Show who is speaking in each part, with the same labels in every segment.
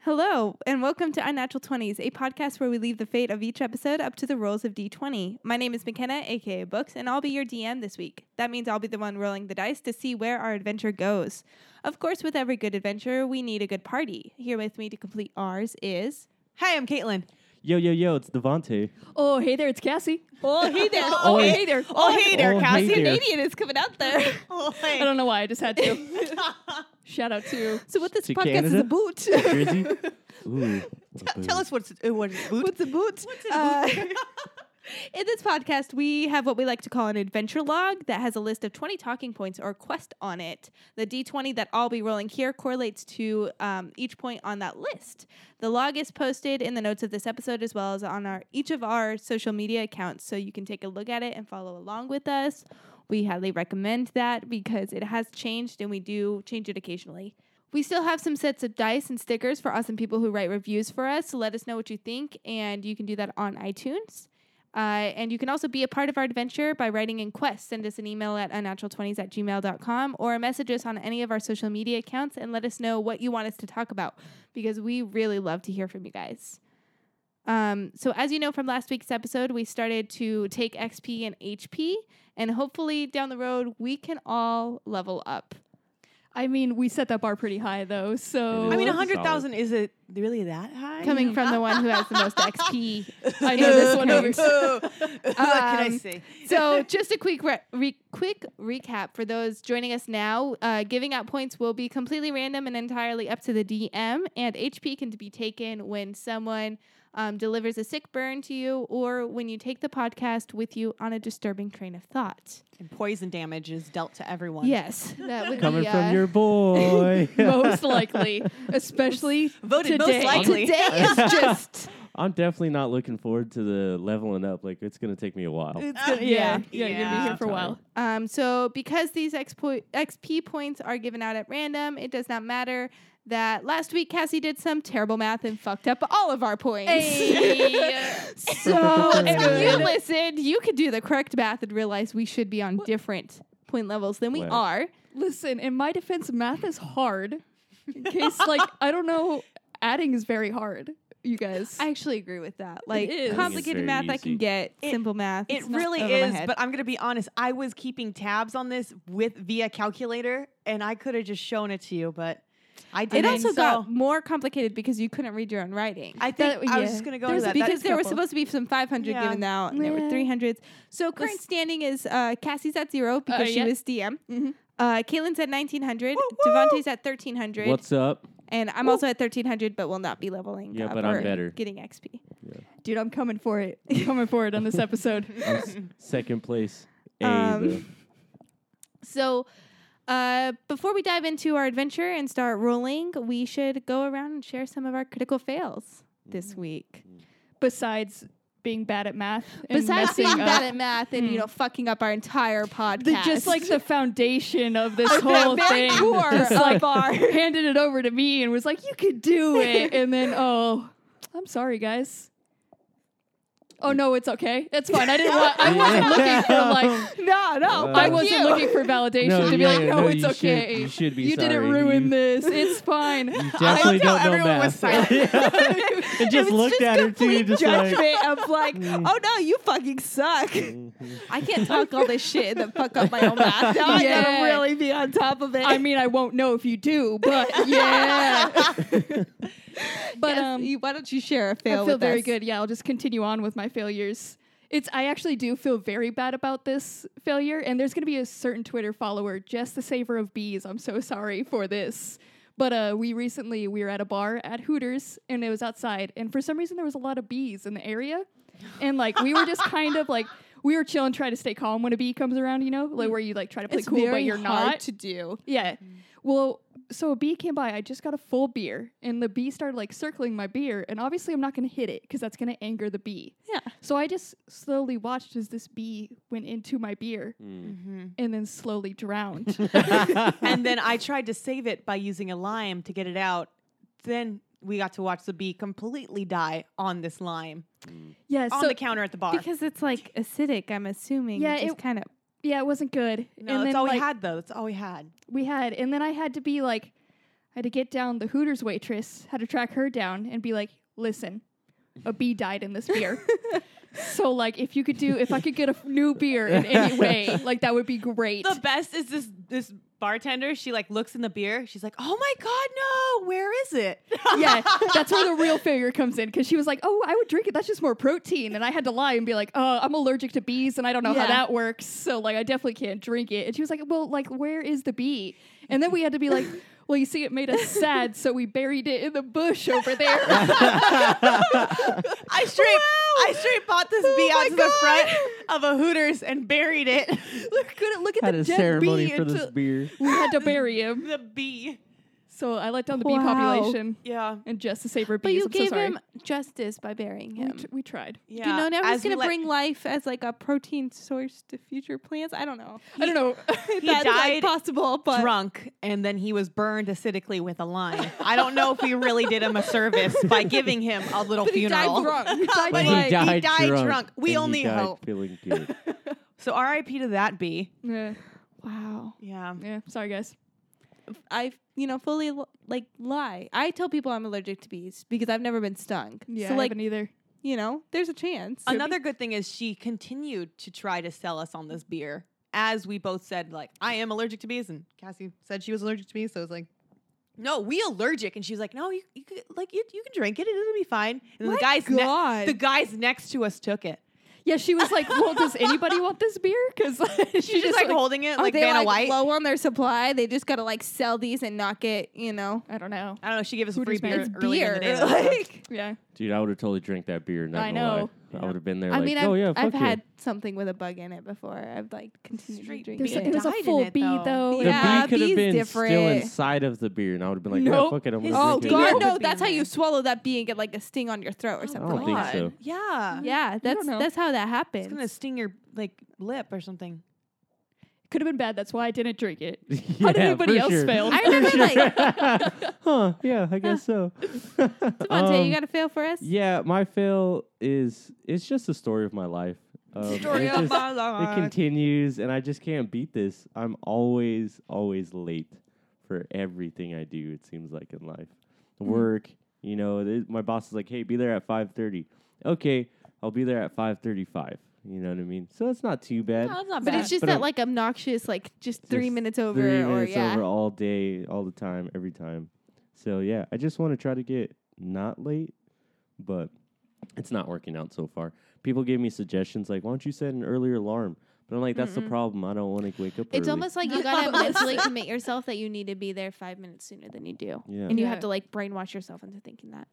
Speaker 1: Hello, and welcome to Unnatural 20s, a podcast where we leave the fate of each episode up to the rolls of D20. My name is McKenna, aka Books, and I'll be your DM this week. That means I'll be the one rolling the dice to see where our adventure goes. Of course, with every good adventure, we need a good party. Here with me to complete ours is.
Speaker 2: Hi, I'm Caitlin.
Speaker 3: Yo, yo, yo, it's Devante.
Speaker 4: Oh, hey there, it's Cassie.
Speaker 2: Oh, hey there.
Speaker 4: Oh, hey there.
Speaker 2: Oh, hey there,
Speaker 3: Oh, hey
Speaker 2: Cassie.
Speaker 3: there.
Speaker 1: Canadian is coming out there.
Speaker 2: Oh, hey.
Speaker 4: I don't know why, I just had to. Shout out to.
Speaker 1: So, what this
Speaker 3: To
Speaker 1: podcast is
Speaker 3: Canada?
Speaker 1: about.
Speaker 3: Jersey. Ooh.
Speaker 2: Tell us what's uh, what is boot.
Speaker 1: What's a boot? Uh, in this podcast, we have what we like to call an adventure log that has a list of 20 talking points or quest on it. The D20 that I'll be rolling here correlates to um, each point on that list. The log is posted in the notes of this episode as well as on our each of our social media accounts, so you can take a look at it and follow along with us. We highly recommend that because it has changed and we do change it occasionally. We still have some sets of dice and stickers for awesome people who write reviews for us. So let us know what you think, and you can do that on iTunes. Uh, and you can also be a part of our adventure by writing in quests. Send us an email at unnatural20s at gmail.com or message us on any of our social media accounts and let us know what you want us to talk about because we really love to hear from you guys. Um, so, as you know from last week's episode, we started to take XP and HP, and hopefully down the road, we can all level up.
Speaker 4: I mean, we set that bar pretty high though, so.
Speaker 3: It
Speaker 2: I mean,
Speaker 3: Ooh.
Speaker 4: I,
Speaker 2: 100,000 is it really that high?
Speaker 1: Coming from the one who has the most XP.
Speaker 4: know this one
Speaker 1: Okay.
Speaker 4: over.
Speaker 2: what can I
Speaker 1: Um,
Speaker 2: say?
Speaker 1: So, just a quick re- re- quick recap for those joining us now. Uh, giving out points will be completely random and entirely up to the DM, and HP can be taken when someone um, delivers a sick burn to you or when you take the podcast with you on a disturbing train of thought.
Speaker 2: And poison damage is dealt to everyone.
Speaker 1: Yes, that would
Speaker 3: Coming
Speaker 1: be uh,
Speaker 3: from your boy.
Speaker 4: Most likely. Especially.
Speaker 2: Voted most
Speaker 4: today.
Speaker 2: likely.
Speaker 1: today is just
Speaker 3: I'm definitely not looking forward to the leveling up. Like, it's going to take me a while.
Speaker 4: It's gonna, yeah, yeah, you're gonna be here for a while.
Speaker 1: Um, so because these expo- XP points are given out at random, it does not matter that last week Cassie did some terrible math and fucked up all of our points. so Oh, if you listened, you could do the correct math and realize we should be on different point levels than we
Speaker 3: Right.
Speaker 1: are.
Speaker 4: Listen, in my defense, math is hard. In case, like, I don't know, adding is very hard, you guys.
Speaker 1: I actually agree with that. Like
Speaker 4: is. It's
Speaker 1: complicated
Speaker 3: very
Speaker 1: math, I can
Speaker 3: easy.
Speaker 1: get.
Speaker 2: It-
Speaker 1: Simple math,
Speaker 2: It
Speaker 1: it's not
Speaker 2: really
Speaker 1: over my
Speaker 2: is,
Speaker 1: head.
Speaker 2: but I'm gonna be honest. I was keeping tabs on this with via calculator, and I could have just shown it to you, but I
Speaker 1: it
Speaker 2: didn't.
Speaker 1: also
Speaker 2: so
Speaker 1: got more complicated because you couldn't read your own writing.
Speaker 2: I think
Speaker 4: That-
Speaker 2: I was
Speaker 4: yeah.
Speaker 2: just gonna go
Speaker 4: There's
Speaker 2: to that.
Speaker 1: because
Speaker 2: that
Speaker 1: there was
Speaker 4: couple.
Speaker 1: supposed to be some 500
Speaker 2: Yeah.
Speaker 1: given out, and there were
Speaker 4: Yeah.
Speaker 1: 300s. So current
Speaker 4: Let's-
Speaker 1: standing is uh, Cassie's at zero because she
Speaker 4: yeah.
Speaker 1: was DM.
Speaker 4: Mhm.
Speaker 1: Uh, Caitlin's at 1900.
Speaker 2: Woo, woo!
Speaker 1: Devontae's at 1300.
Speaker 3: What's up?
Speaker 1: and I'm also at 1300, but will not be leveling.
Speaker 3: Yeah,
Speaker 1: up
Speaker 3: but I'm
Speaker 1: or
Speaker 3: better.
Speaker 1: Getting XP.
Speaker 4: Dude, I'm coming for it. I'm coming for it on this episode.
Speaker 3: I'm s- second place. A,
Speaker 1: Um,
Speaker 3: though.
Speaker 1: So uh, before we dive into our adventure and start rolling, we should go around and share some of our critical fails this week.
Speaker 4: Besides being bad at math, and
Speaker 1: Besides being
Speaker 4: messing up Hmm.
Speaker 1: bad at math and you know fucking up our entire podcast,
Speaker 4: the, just like the foundation of this whole
Speaker 1: very
Speaker 4: thing.
Speaker 1: core
Speaker 4: Just,
Speaker 1: of
Speaker 4: like,
Speaker 1: our
Speaker 4: handed it over to me and was like, "You could do it," and then oh, I'm sorry, guys. Oh no, it's okay. It's fine. I didn't. Want, I wasn't looking for like.
Speaker 1: no, no,
Speaker 3: Uh,
Speaker 4: I
Speaker 1: fuck
Speaker 4: wasn't
Speaker 1: you.
Speaker 4: looking for validation
Speaker 3: No,
Speaker 4: to be
Speaker 3: yeah,
Speaker 4: like,
Speaker 3: yeah,
Speaker 4: "No,
Speaker 3: no,
Speaker 4: it's
Speaker 3: you should-
Speaker 4: okay.
Speaker 3: you should be
Speaker 4: didn't
Speaker 3: sorry.
Speaker 4: ruin
Speaker 3: You-
Speaker 4: this. It's fine."
Speaker 3: Definitely
Speaker 2: how
Speaker 3: don't know
Speaker 2: everyone was
Speaker 3: math.
Speaker 2: silent.
Speaker 3: Yeah. And just
Speaker 1: It's
Speaker 3: looked at her too,
Speaker 1: complete
Speaker 3: just like.
Speaker 1: judgment of like, oh no, you fucking suck. I can't talk all this shit and then fuck up my own math. Now I
Speaker 4: Yeah.
Speaker 1: gotta really be on top of it.
Speaker 4: I mean, I won't know if you do, but yeah. but
Speaker 1: Yes,
Speaker 4: um,
Speaker 1: you- why don't you share a fail?
Speaker 4: I feel
Speaker 1: with
Speaker 4: very
Speaker 1: us?
Speaker 4: good. Yeah, I'll just continue on with my failures. It's I actually do feel very bad about this failure, and there's gonna be a certain Twitter follower, just the saver of bees. I'm so sorry for this. But uh, we recently we were at a bar at Hooters, and it was outside, and for some reason there was a lot of bees in the area, and like we were just kind of like we were chilling, trying to stay calm when a bee comes around, you know, like where you like try to play
Speaker 1: It's
Speaker 4: cool,
Speaker 1: very
Speaker 4: but you're
Speaker 1: hard
Speaker 4: not.
Speaker 1: to do.
Speaker 4: Yeah.
Speaker 2: Mm.
Speaker 4: Well, so a bee came by. I just got a full beer, and the bee started like circling my beer. And obviously, I'm not going to hit it because that's going to anger the bee.
Speaker 1: Yeah.
Speaker 4: So I just slowly watched as this bee went into my beer
Speaker 2: Mm-hmm.
Speaker 4: and then slowly drowned.
Speaker 2: and then I tried to save it by using a lime to get it out. Then we got to watch the bee completely die on this lime
Speaker 4: yeah.
Speaker 2: on
Speaker 4: so
Speaker 2: the counter at the bar.
Speaker 1: Because it's like acidic, I'm assuming.
Speaker 4: Yeah,
Speaker 1: Yeah, it's
Speaker 4: it-
Speaker 1: kind of.
Speaker 4: yeah, it wasn't good.
Speaker 2: no,
Speaker 4: and
Speaker 2: that's
Speaker 4: then
Speaker 2: all
Speaker 4: like,
Speaker 2: we had though. That's all we had.
Speaker 4: we had, and then I had to be like, I had to get down the Hooters waitress, had to track her down and be like, listen, a bee died in this beer. so, like, if you could do, if I could get a f- new beer in any way, like, that would be great.
Speaker 2: The best is this this bartender. She like looks in the beer. She's like, "Oh my god, no! Where is it?"
Speaker 4: yeah, that's where the real failure comes in because she was like, "Oh, I would drink it. That's just more protein." And I had to lie and be like, "Uh, I'm allergic to bees, and I don't know
Speaker 1: Yeah.
Speaker 4: how that works, so like, I definitely can't drink it." And she was like, "Well, like, where is the bee?" And then we had to be like, "Well, you see, it made us sad, so we buried it in the bush over there."
Speaker 2: I straight I straight bought this bee out to the front of a Hooters and buried it.
Speaker 4: look, at, look at
Speaker 3: Had
Speaker 4: the
Speaker 3: a
Speaker 4: dead
Speaker 3: ceremony
Speaker 4: bee
Speaker 3: for this
Speaker 4: until-
Speaker 3: beer.
Speaker 4: We had to bury him,
Speaker 2: the bee.
Speaker 4: so I let down the bee
Speaker 1: Wow.
Speaker 4: population
Speaker 2: Yeah.
Speaker 4: and just to save her
Speaker 1: But
Speaker 4: bees.
Speaker 1: you
Speaker 4: I'm so
Speaker 1: gave
Speaker 4: sorry.
Speaker 1: him justice by burying
Speaker 4: We,
Speaker 1: him.
Speaker 4: tr- we tried.
Speaker 2: Yeah.
Speaker 1: Do you know now he's
Speaker 2: As we
Speaker 1: gonna
Speaker 2: let-
Speaker 1: bring life as like a protein source to future plants? I don't know.
Speaker 4: I don't know.
Speaker 1: If
Speaker 2: he
Speaker 1: that's like
Speaker 2: died
Speaker 1: possible, but
Speaker 2: drunk and then he was burned acidically with a lime. I don't know if we really did him a service by giving him a little
Speaker 1: but he died
Speaker 2: funeral.
Speaker 1: drunk. He
Speaker 2: But
Speaker 1: died
Speaker 2: he
Speaker 1: like-
Speaker 2: died drunk. We
Speaker 3: and he
Speaker 2: only
Speaker 3: died
Speaker 2: hope.
Speaker 3: Feeling good.
Speaker 2: So RIP to that bee.
Speaker 4: yeah,
Speaker 1: wow.
Speaker 2: Yeah.
Speaker 4: yeah. Sorry, guys.
Speaker 1: I you know fully l- like lie. I tell people I'm allergic to bees because I've never been stung.
Speaker 4: Yeah,
Speaker 1: so
Speaker 4: I
Speaker 1: like
Speaker 4: haven't either.
Speaker 1: you know, there's a chance.
Speaker 2: Another good thing is she continued to try to sell us on this beer. As we both said, like, I am allergic to bees, and Cassie said she was allergic to bees, so I was like, No, we allergic. And she was like, No, you, you could, like you, you can drink it, it'll be fine. And
Speaker 1: My
Speaker 2: the guys ne-
Speaker 1: God.
Speaker 2: the guys next to us took it.
Speaker 4: Yeah, she was like, "Well, does anybody want this beer?" Because she,
Speaker 2: She's just like, holding it
Speaker 1: Are
Speaker 2: like
Speaker 1: they
Speaker 2: Vanna
Speaker 1: like
Speaker 2: White.
Speaker 1: low on their supply? They just gotta like sell these and not get you know
Speaker 4: I don't know.
Speaker 2: I don't know, she gave us a
Speaker 4: Who
Speaker 2: free
Speaker 4: does that?
Speaker 2: beer
Speaker 1: it's
Speaker 2: early
Speaker 1: beer.
Speaker 2: in the day. though, so-
Speaker 1: like
Speaker 4: Yeah,
Speaker 3: Dude, I would have totally drank that beer. Not
Speaker 4: I
Speaker 3: gonna lie.
Speaker 4: know.
Speaker 3: I would have been there.
Speaker 1: I
Speaker 3: like,
Speaker 1: mean,
Speaker 3: oh
Speaker 1: I've,
Speaker 3: yeah, fuck
Speaker 1: I've
Speaker 3: yeah."
Speaker 1: had something with a bug in it before. I've like continued
Speaker 2: Straight
Speaker 1: to drink
Speaker 2: beer.
Speaker 1: it.
Speaker 4: There's a,
Speaker 2: Beer.
Speaker 4: it was a
Speaker 2: Died in
Speaker 4: full
Speaker 2: it,
Speaker 4: bee
Speaker 2: though.
Speaker 4: though.
Speaker 3: The
Speaker 1: Yeah,
Speaker 3: bee could
Speaker 1: bee's
Speaker 3: have been still
Speaker 1: different.
Speaker 3: inside of the beer, and I would have been like,
Speaker 4: Nope.
Speaker 3: yeah, fuck it, I'm gonna
Speaker 1: Oh
Speaker 3: drink
Speaker 2: beer
Speaker 1: God,
Speaker 2: would
Speaker 3: it.
Speaker 1: no!
Speaker 2: be
Speaker 1: That's how
Speaker 2: in
Speaker 1: you
Speaker 2: it.
Speaker 1: swallow that bee and get like a sting on your throat or
Speaker 2: Oh,
Speaker 1: something.
Speaker 3: don't think
Speaker 1: like
Speaker 2: God.
Speaker 1: that.
Speaker 3: so.
Speaker 2: Yeah.
Speaker 1: Yeah, that's
Speaker 4: know.
Speaker 1: that's how that happens.
Speaker 2: It's gonna sting your like lip or something.
Speaker 4: Could have been bad. That's why I didn't drink it.
Speaker 3: yeah,
Speaker 4: How did anybody
Speaker 3: for
Speaker 4: else
Speaker 3: sure.
Speaker 4: fail?
Speaker 1: I remember like
Speaker 3: huh? Yeah, I guess so.
Speaker 1: Devontae,
Speaker 3: Um,
Speaker 1: you got a fail for us?
Speaker 3: Yeah, my fail is it's just a story of my life. Um,
Speaker 2: Story
Speaker 3: it
Speaker 2: of
Speaker 3: just-
Speaker 2: my
Speaker 3: It
Speaker 2: life.
Speaker 3: continues, and I just can't beat this. I'm always, always late for everything I do. It seems like in life,
Speaker 1: Mm-hmm.
Speaker 3: work. You know, th- my boss is like, "Hey, be there at 5:30." Okay, I'll be there at 5:35. You know what I mean? So that's not too bad.
Speaker 2: Oh, that's not
Speaker 1: But it's just
Speaker 3: But
Speaker 1: that
Speaker 3: I'm-
Speaker 1: like obnoxious, like just three
Speaker 3: Just
Speaker 1: minutes over,
Speaker 3: three
Speaker 1: or
Speaker 3: minutes
Speaker 1: yeah.
Speaker 3: over all day, all the time, every time. So yeah, I just want to try to get not late, but it's not working out so far. People gave me suggestions like, "Why don't you set an earlier alarm?" But I'm like, "That's the problem. I don't want to wake up."
Speaker 1: It's
Speaker 3: early."
Speaker 1: almost like you gotta mentally commit yourself that you need to be there five minutes sooner than you do,
Speaker 3: Yeah.
Speaker 1: and you
Speaker 4: Yeah.
Speaker 1: have to like brainwash yourself into thinking that.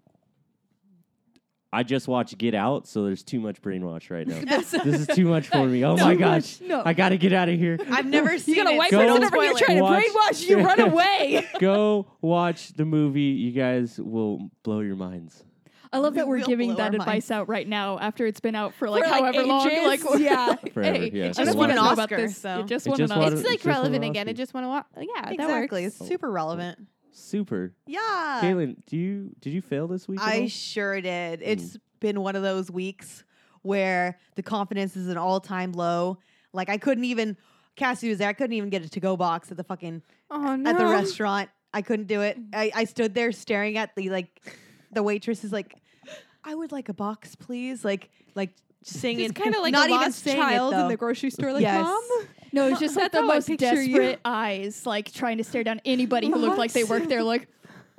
Speaker 3: I just watched Get Out, so there's too much brainwash right now. this is too much for me. Oh
Speaker 4: Too
Speaker 3: my
Speaker 4: much.
Speaker 3: gosh,
Speaker 4: No.
Speaker 3: I gotta get out of here.
Speaker 2: I've never seen
Speaker 1: You got a
Speaker 2: it.
Speaker 1: white
Speaker 3: Go
Speaker 1: person over here
Speaker 3: spoiler.
Speaker 1: trying to
Speaker 3: Watch-
Speaker 1: brainwash you, run away.
Speaker 3: Go watch the movie. You guys will blow your minds.
Speaker 4: I love that
Speaker 2: We
Speaker 4: we're
Speaker 2: will
Speaker 4: giving
Speaker 2: blow
Speaker 4: that
Speaker 2: our
Speaker 4: advice out right now after it's been out for like
Speaker 1: For, like,
Speaker 4: however long.
Speaker 1: ages.
Speaker 4: Like
Speaker 1: Yeah.
Speaker 3: Forever,
Speaker 4: hey,
Speaker 3: yeah. It
Speaker 4: it just
Speaker 3: just
Speaker 4: won
Speaker 3: won
Speaker 4: an
Speaker 2: an
Speaker 4: Oscar.
Speaker 2: Oscar, so-
Speaker 4: It just
Speaker 3: It
Speaker 4: won
Speaker 3: just
Speaker 4: an
Speaker 3: won
Speaker 4: Oscar.
Speaker 3: an-
Speaker 1: it's like
Speaker 3: just wanna
Speaker 1: relevant
Speaker 3: watch
Speaker 1: again. I
Speaker 3: it.
Speaker 1: just want to watch. Yeah,
Speaker 2: Exactly.
Speaker 1: that works.
Speaker 2: It's super relevant.
Speaker 3: Super.
Speaker 2: Yeah.
Speaker 3: Caitlin, do you did you fail this week? at all?
Speaker 2: Uh, I sure did. It's been one of those weeks where the confidence is an all time low. Like I couldn't even Cassie was there. I couldn't even get a to go box at the fucking
Speaker 1: Oh no.
Speaker 2: at the restaurant. I couldn't do it. I, I stood there staring at the like the waitress is like, I would like a box, please. Like like singing.
Speaker 1: It's kind of like
Speaker 2: not
Speaker 1: a
Speaker 2: even
Speaker 1: lost
Speaker 2: saying it,
Speaker 1: child in
Speaker 2: though.
Speaker 1: the grocery store, like
Speaker 2: Yes.
Speaker 1: mom.
Speaker 4: No, it's just like
Speaker 1: That's
Speaker 4: the
Speaker 1: how I
Speaker 4: most
Speaker 1: picture
Speaker 4: desperate
Speaker 1: you.
Speaker 4: eyes, like trying to stare down anybody who looked like they worked there. Like,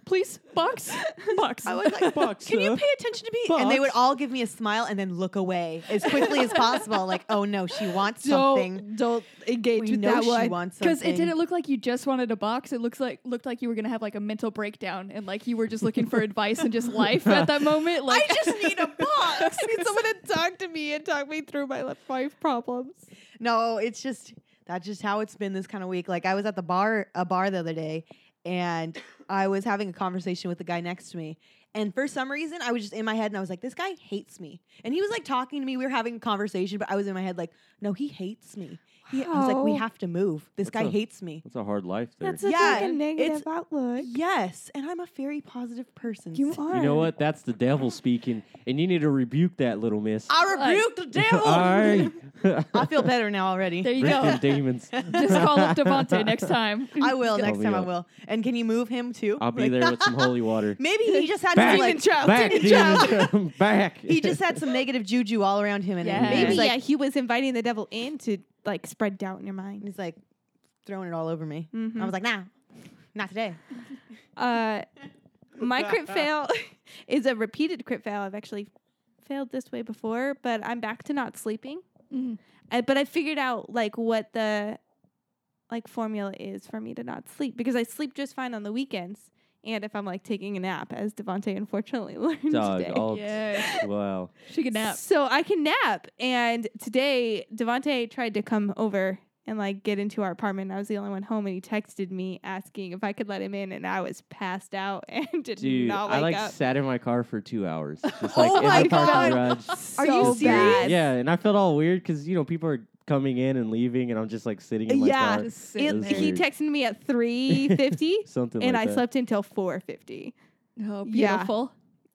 Speaker 4: please, box, box.
Speaker 2: I was like,
Speaker 3: Box,
Speaker 2: can you
Speaker 3: huh?
Speaker 2: pay attention to me? And they would
Speaker 3: Box.
Speaker 2: all give me a smile and then look away as quickly as possible. Like, oh no, she wants something.
Speaker 1: Don't don't engage
Speaker 2: We
Speaker 1: with
Speaker 2: know
Speaker 1: that
Speaker 2: she
Speaker 1: one.
Speaker 2: wants something.
Speaker 4: Because it didn't look like you just wanted a box. It looks like looked like you were gonna have like a mental breakdown and like you were just looking for advice and just life at that moment. Like
Speaker 2: I just need a box.
Speaker 1: Need someone to talk to me and talk me through my li- life problems.
Speaker 2: No, it's just that's just how it's been this kind of week. Like I was at the bar a bar the other day and I was having a conversation with the guy next to me And for some reason, I was just in my head and I was like, this guy hates me. And he was like talking to me. We were having a conversation, but I was in my head like, no, he hates me. He, I was like, we
Speaker 1: Wow.
Speaker 2: have to move. This
Speaker 3: That's
Speaker 2: guy
Speaker 3: a-
Speaker 2: hates me.
Speaker 3: That's a hard life there.
Speaker 1: That's such
Speaker 2: Yeah,
Speaker 1: like a
Speaker 2: it's-
Speaker 1: negative outlook.
Speaker 2: Yes. And I'm a very positive person.
Speaker 1: You are.
Speaker 3: you know what? That's the devil speaking, and you need to rebuke that little miss.
Speaker 2: I
Speaker 4: Like-
Speaker 2: rebuke the devil.
Speaker 3: All
Speaker 2: I
Speaker 3: right.
Speaker 2: feel better now already.
Speaker 4: There you
Speaker 3: Freaking
Speaker 4: go.
Speaker 3: demons.
Speaker 4: Just call up Devante next time.
Speaker 2: I will next
Speaker 3: me
Speaker 2: time. I
Speaker 3: up.
Speaker 2: will. And can you move him too?
Speaker 3: I'll be
Speaker 2: Like-
Speaker 3: there with some holy water.
Speaker 2: Maybe he just had
Speaker 3: Back.
Speaker 2: some like
Speaker 4: child.
Speaker 3: Back,
Speaker 4: Demon
Speaker 3: demons. Back.
Speaker 2: he just had some negative juju all around him, and
Speaker 4: Yeah.
Speaker 2: maybe
Speaker 1: Maybe
Speaker 2: he's like,
Speaker 1: yeah, he was inviting the devil in to like spread doubt in your mind.
Speaker 2: he's like throwing it all over me.
Speaker 1: Mhm.
Speaker 2: I was like, nah, not today.
Speaker 1: Uh, my crit fail is a repeated crit fail. I've actually failed this way before, but I'm back to not sleeping.
Speaker 4: Mm.
Speaker 1: I, but I figured out like what the like formula is for me to not sleep because I sleep just fine on the weekends and if I'm like taking a nap, as Devonte unfortunately learned
Speaker 3: Dog.
Speaker 1: today.
Speaker 3: all-
Speaker 4: Yeah.
Speaker 3: Wow.
Speaker 4: She could nap.
Speaker 1: So I can nap. And today, Devonte tried to come over and like get into our apartment. I was the only one home, and he texted me asking if I could let him in, and I was passed out and did
Speaker 3: Dude,
Speaker 1: not
Speaker 3: I
Speaker 1: wake
Speaker 3: like
Speaker 1: up.
Speaker 3: sat in my car for two hours. Just
Speaker 2: Oh
Speaker 3: like in
Speaker 2: my
Speaker 3: the
Speaker 2: God.
Speaker 3: parking garage.
Speaker 1: Are
Speaker 2: you
Speaker 1: you
Speaker 2: serious?
Speaker 1: serious?
Speaker 3: Yeah, and I felt all weird because you know people are coming in and leaving, and I'm just like sitting in my
Speaker 2: Yeah.
Speaker 3: car,
Speaker 4: Just
Speaker 2: It-
Speaker 4: sitting
Speaker 3: It-
Speaker 4: there.
Speaker 1: He
Speaker 3: Weird.
Speaker 1: texted me at three fifty,
Speaker 3: something.
Speaker 1: and
Speaker 3: like
Speaker 1: I
Speaker 3: that.
Speaker 1: slept until four fifty.
Speaker 4: oh,
Speaker 1: Yeah.
Speaker 4: beautiful.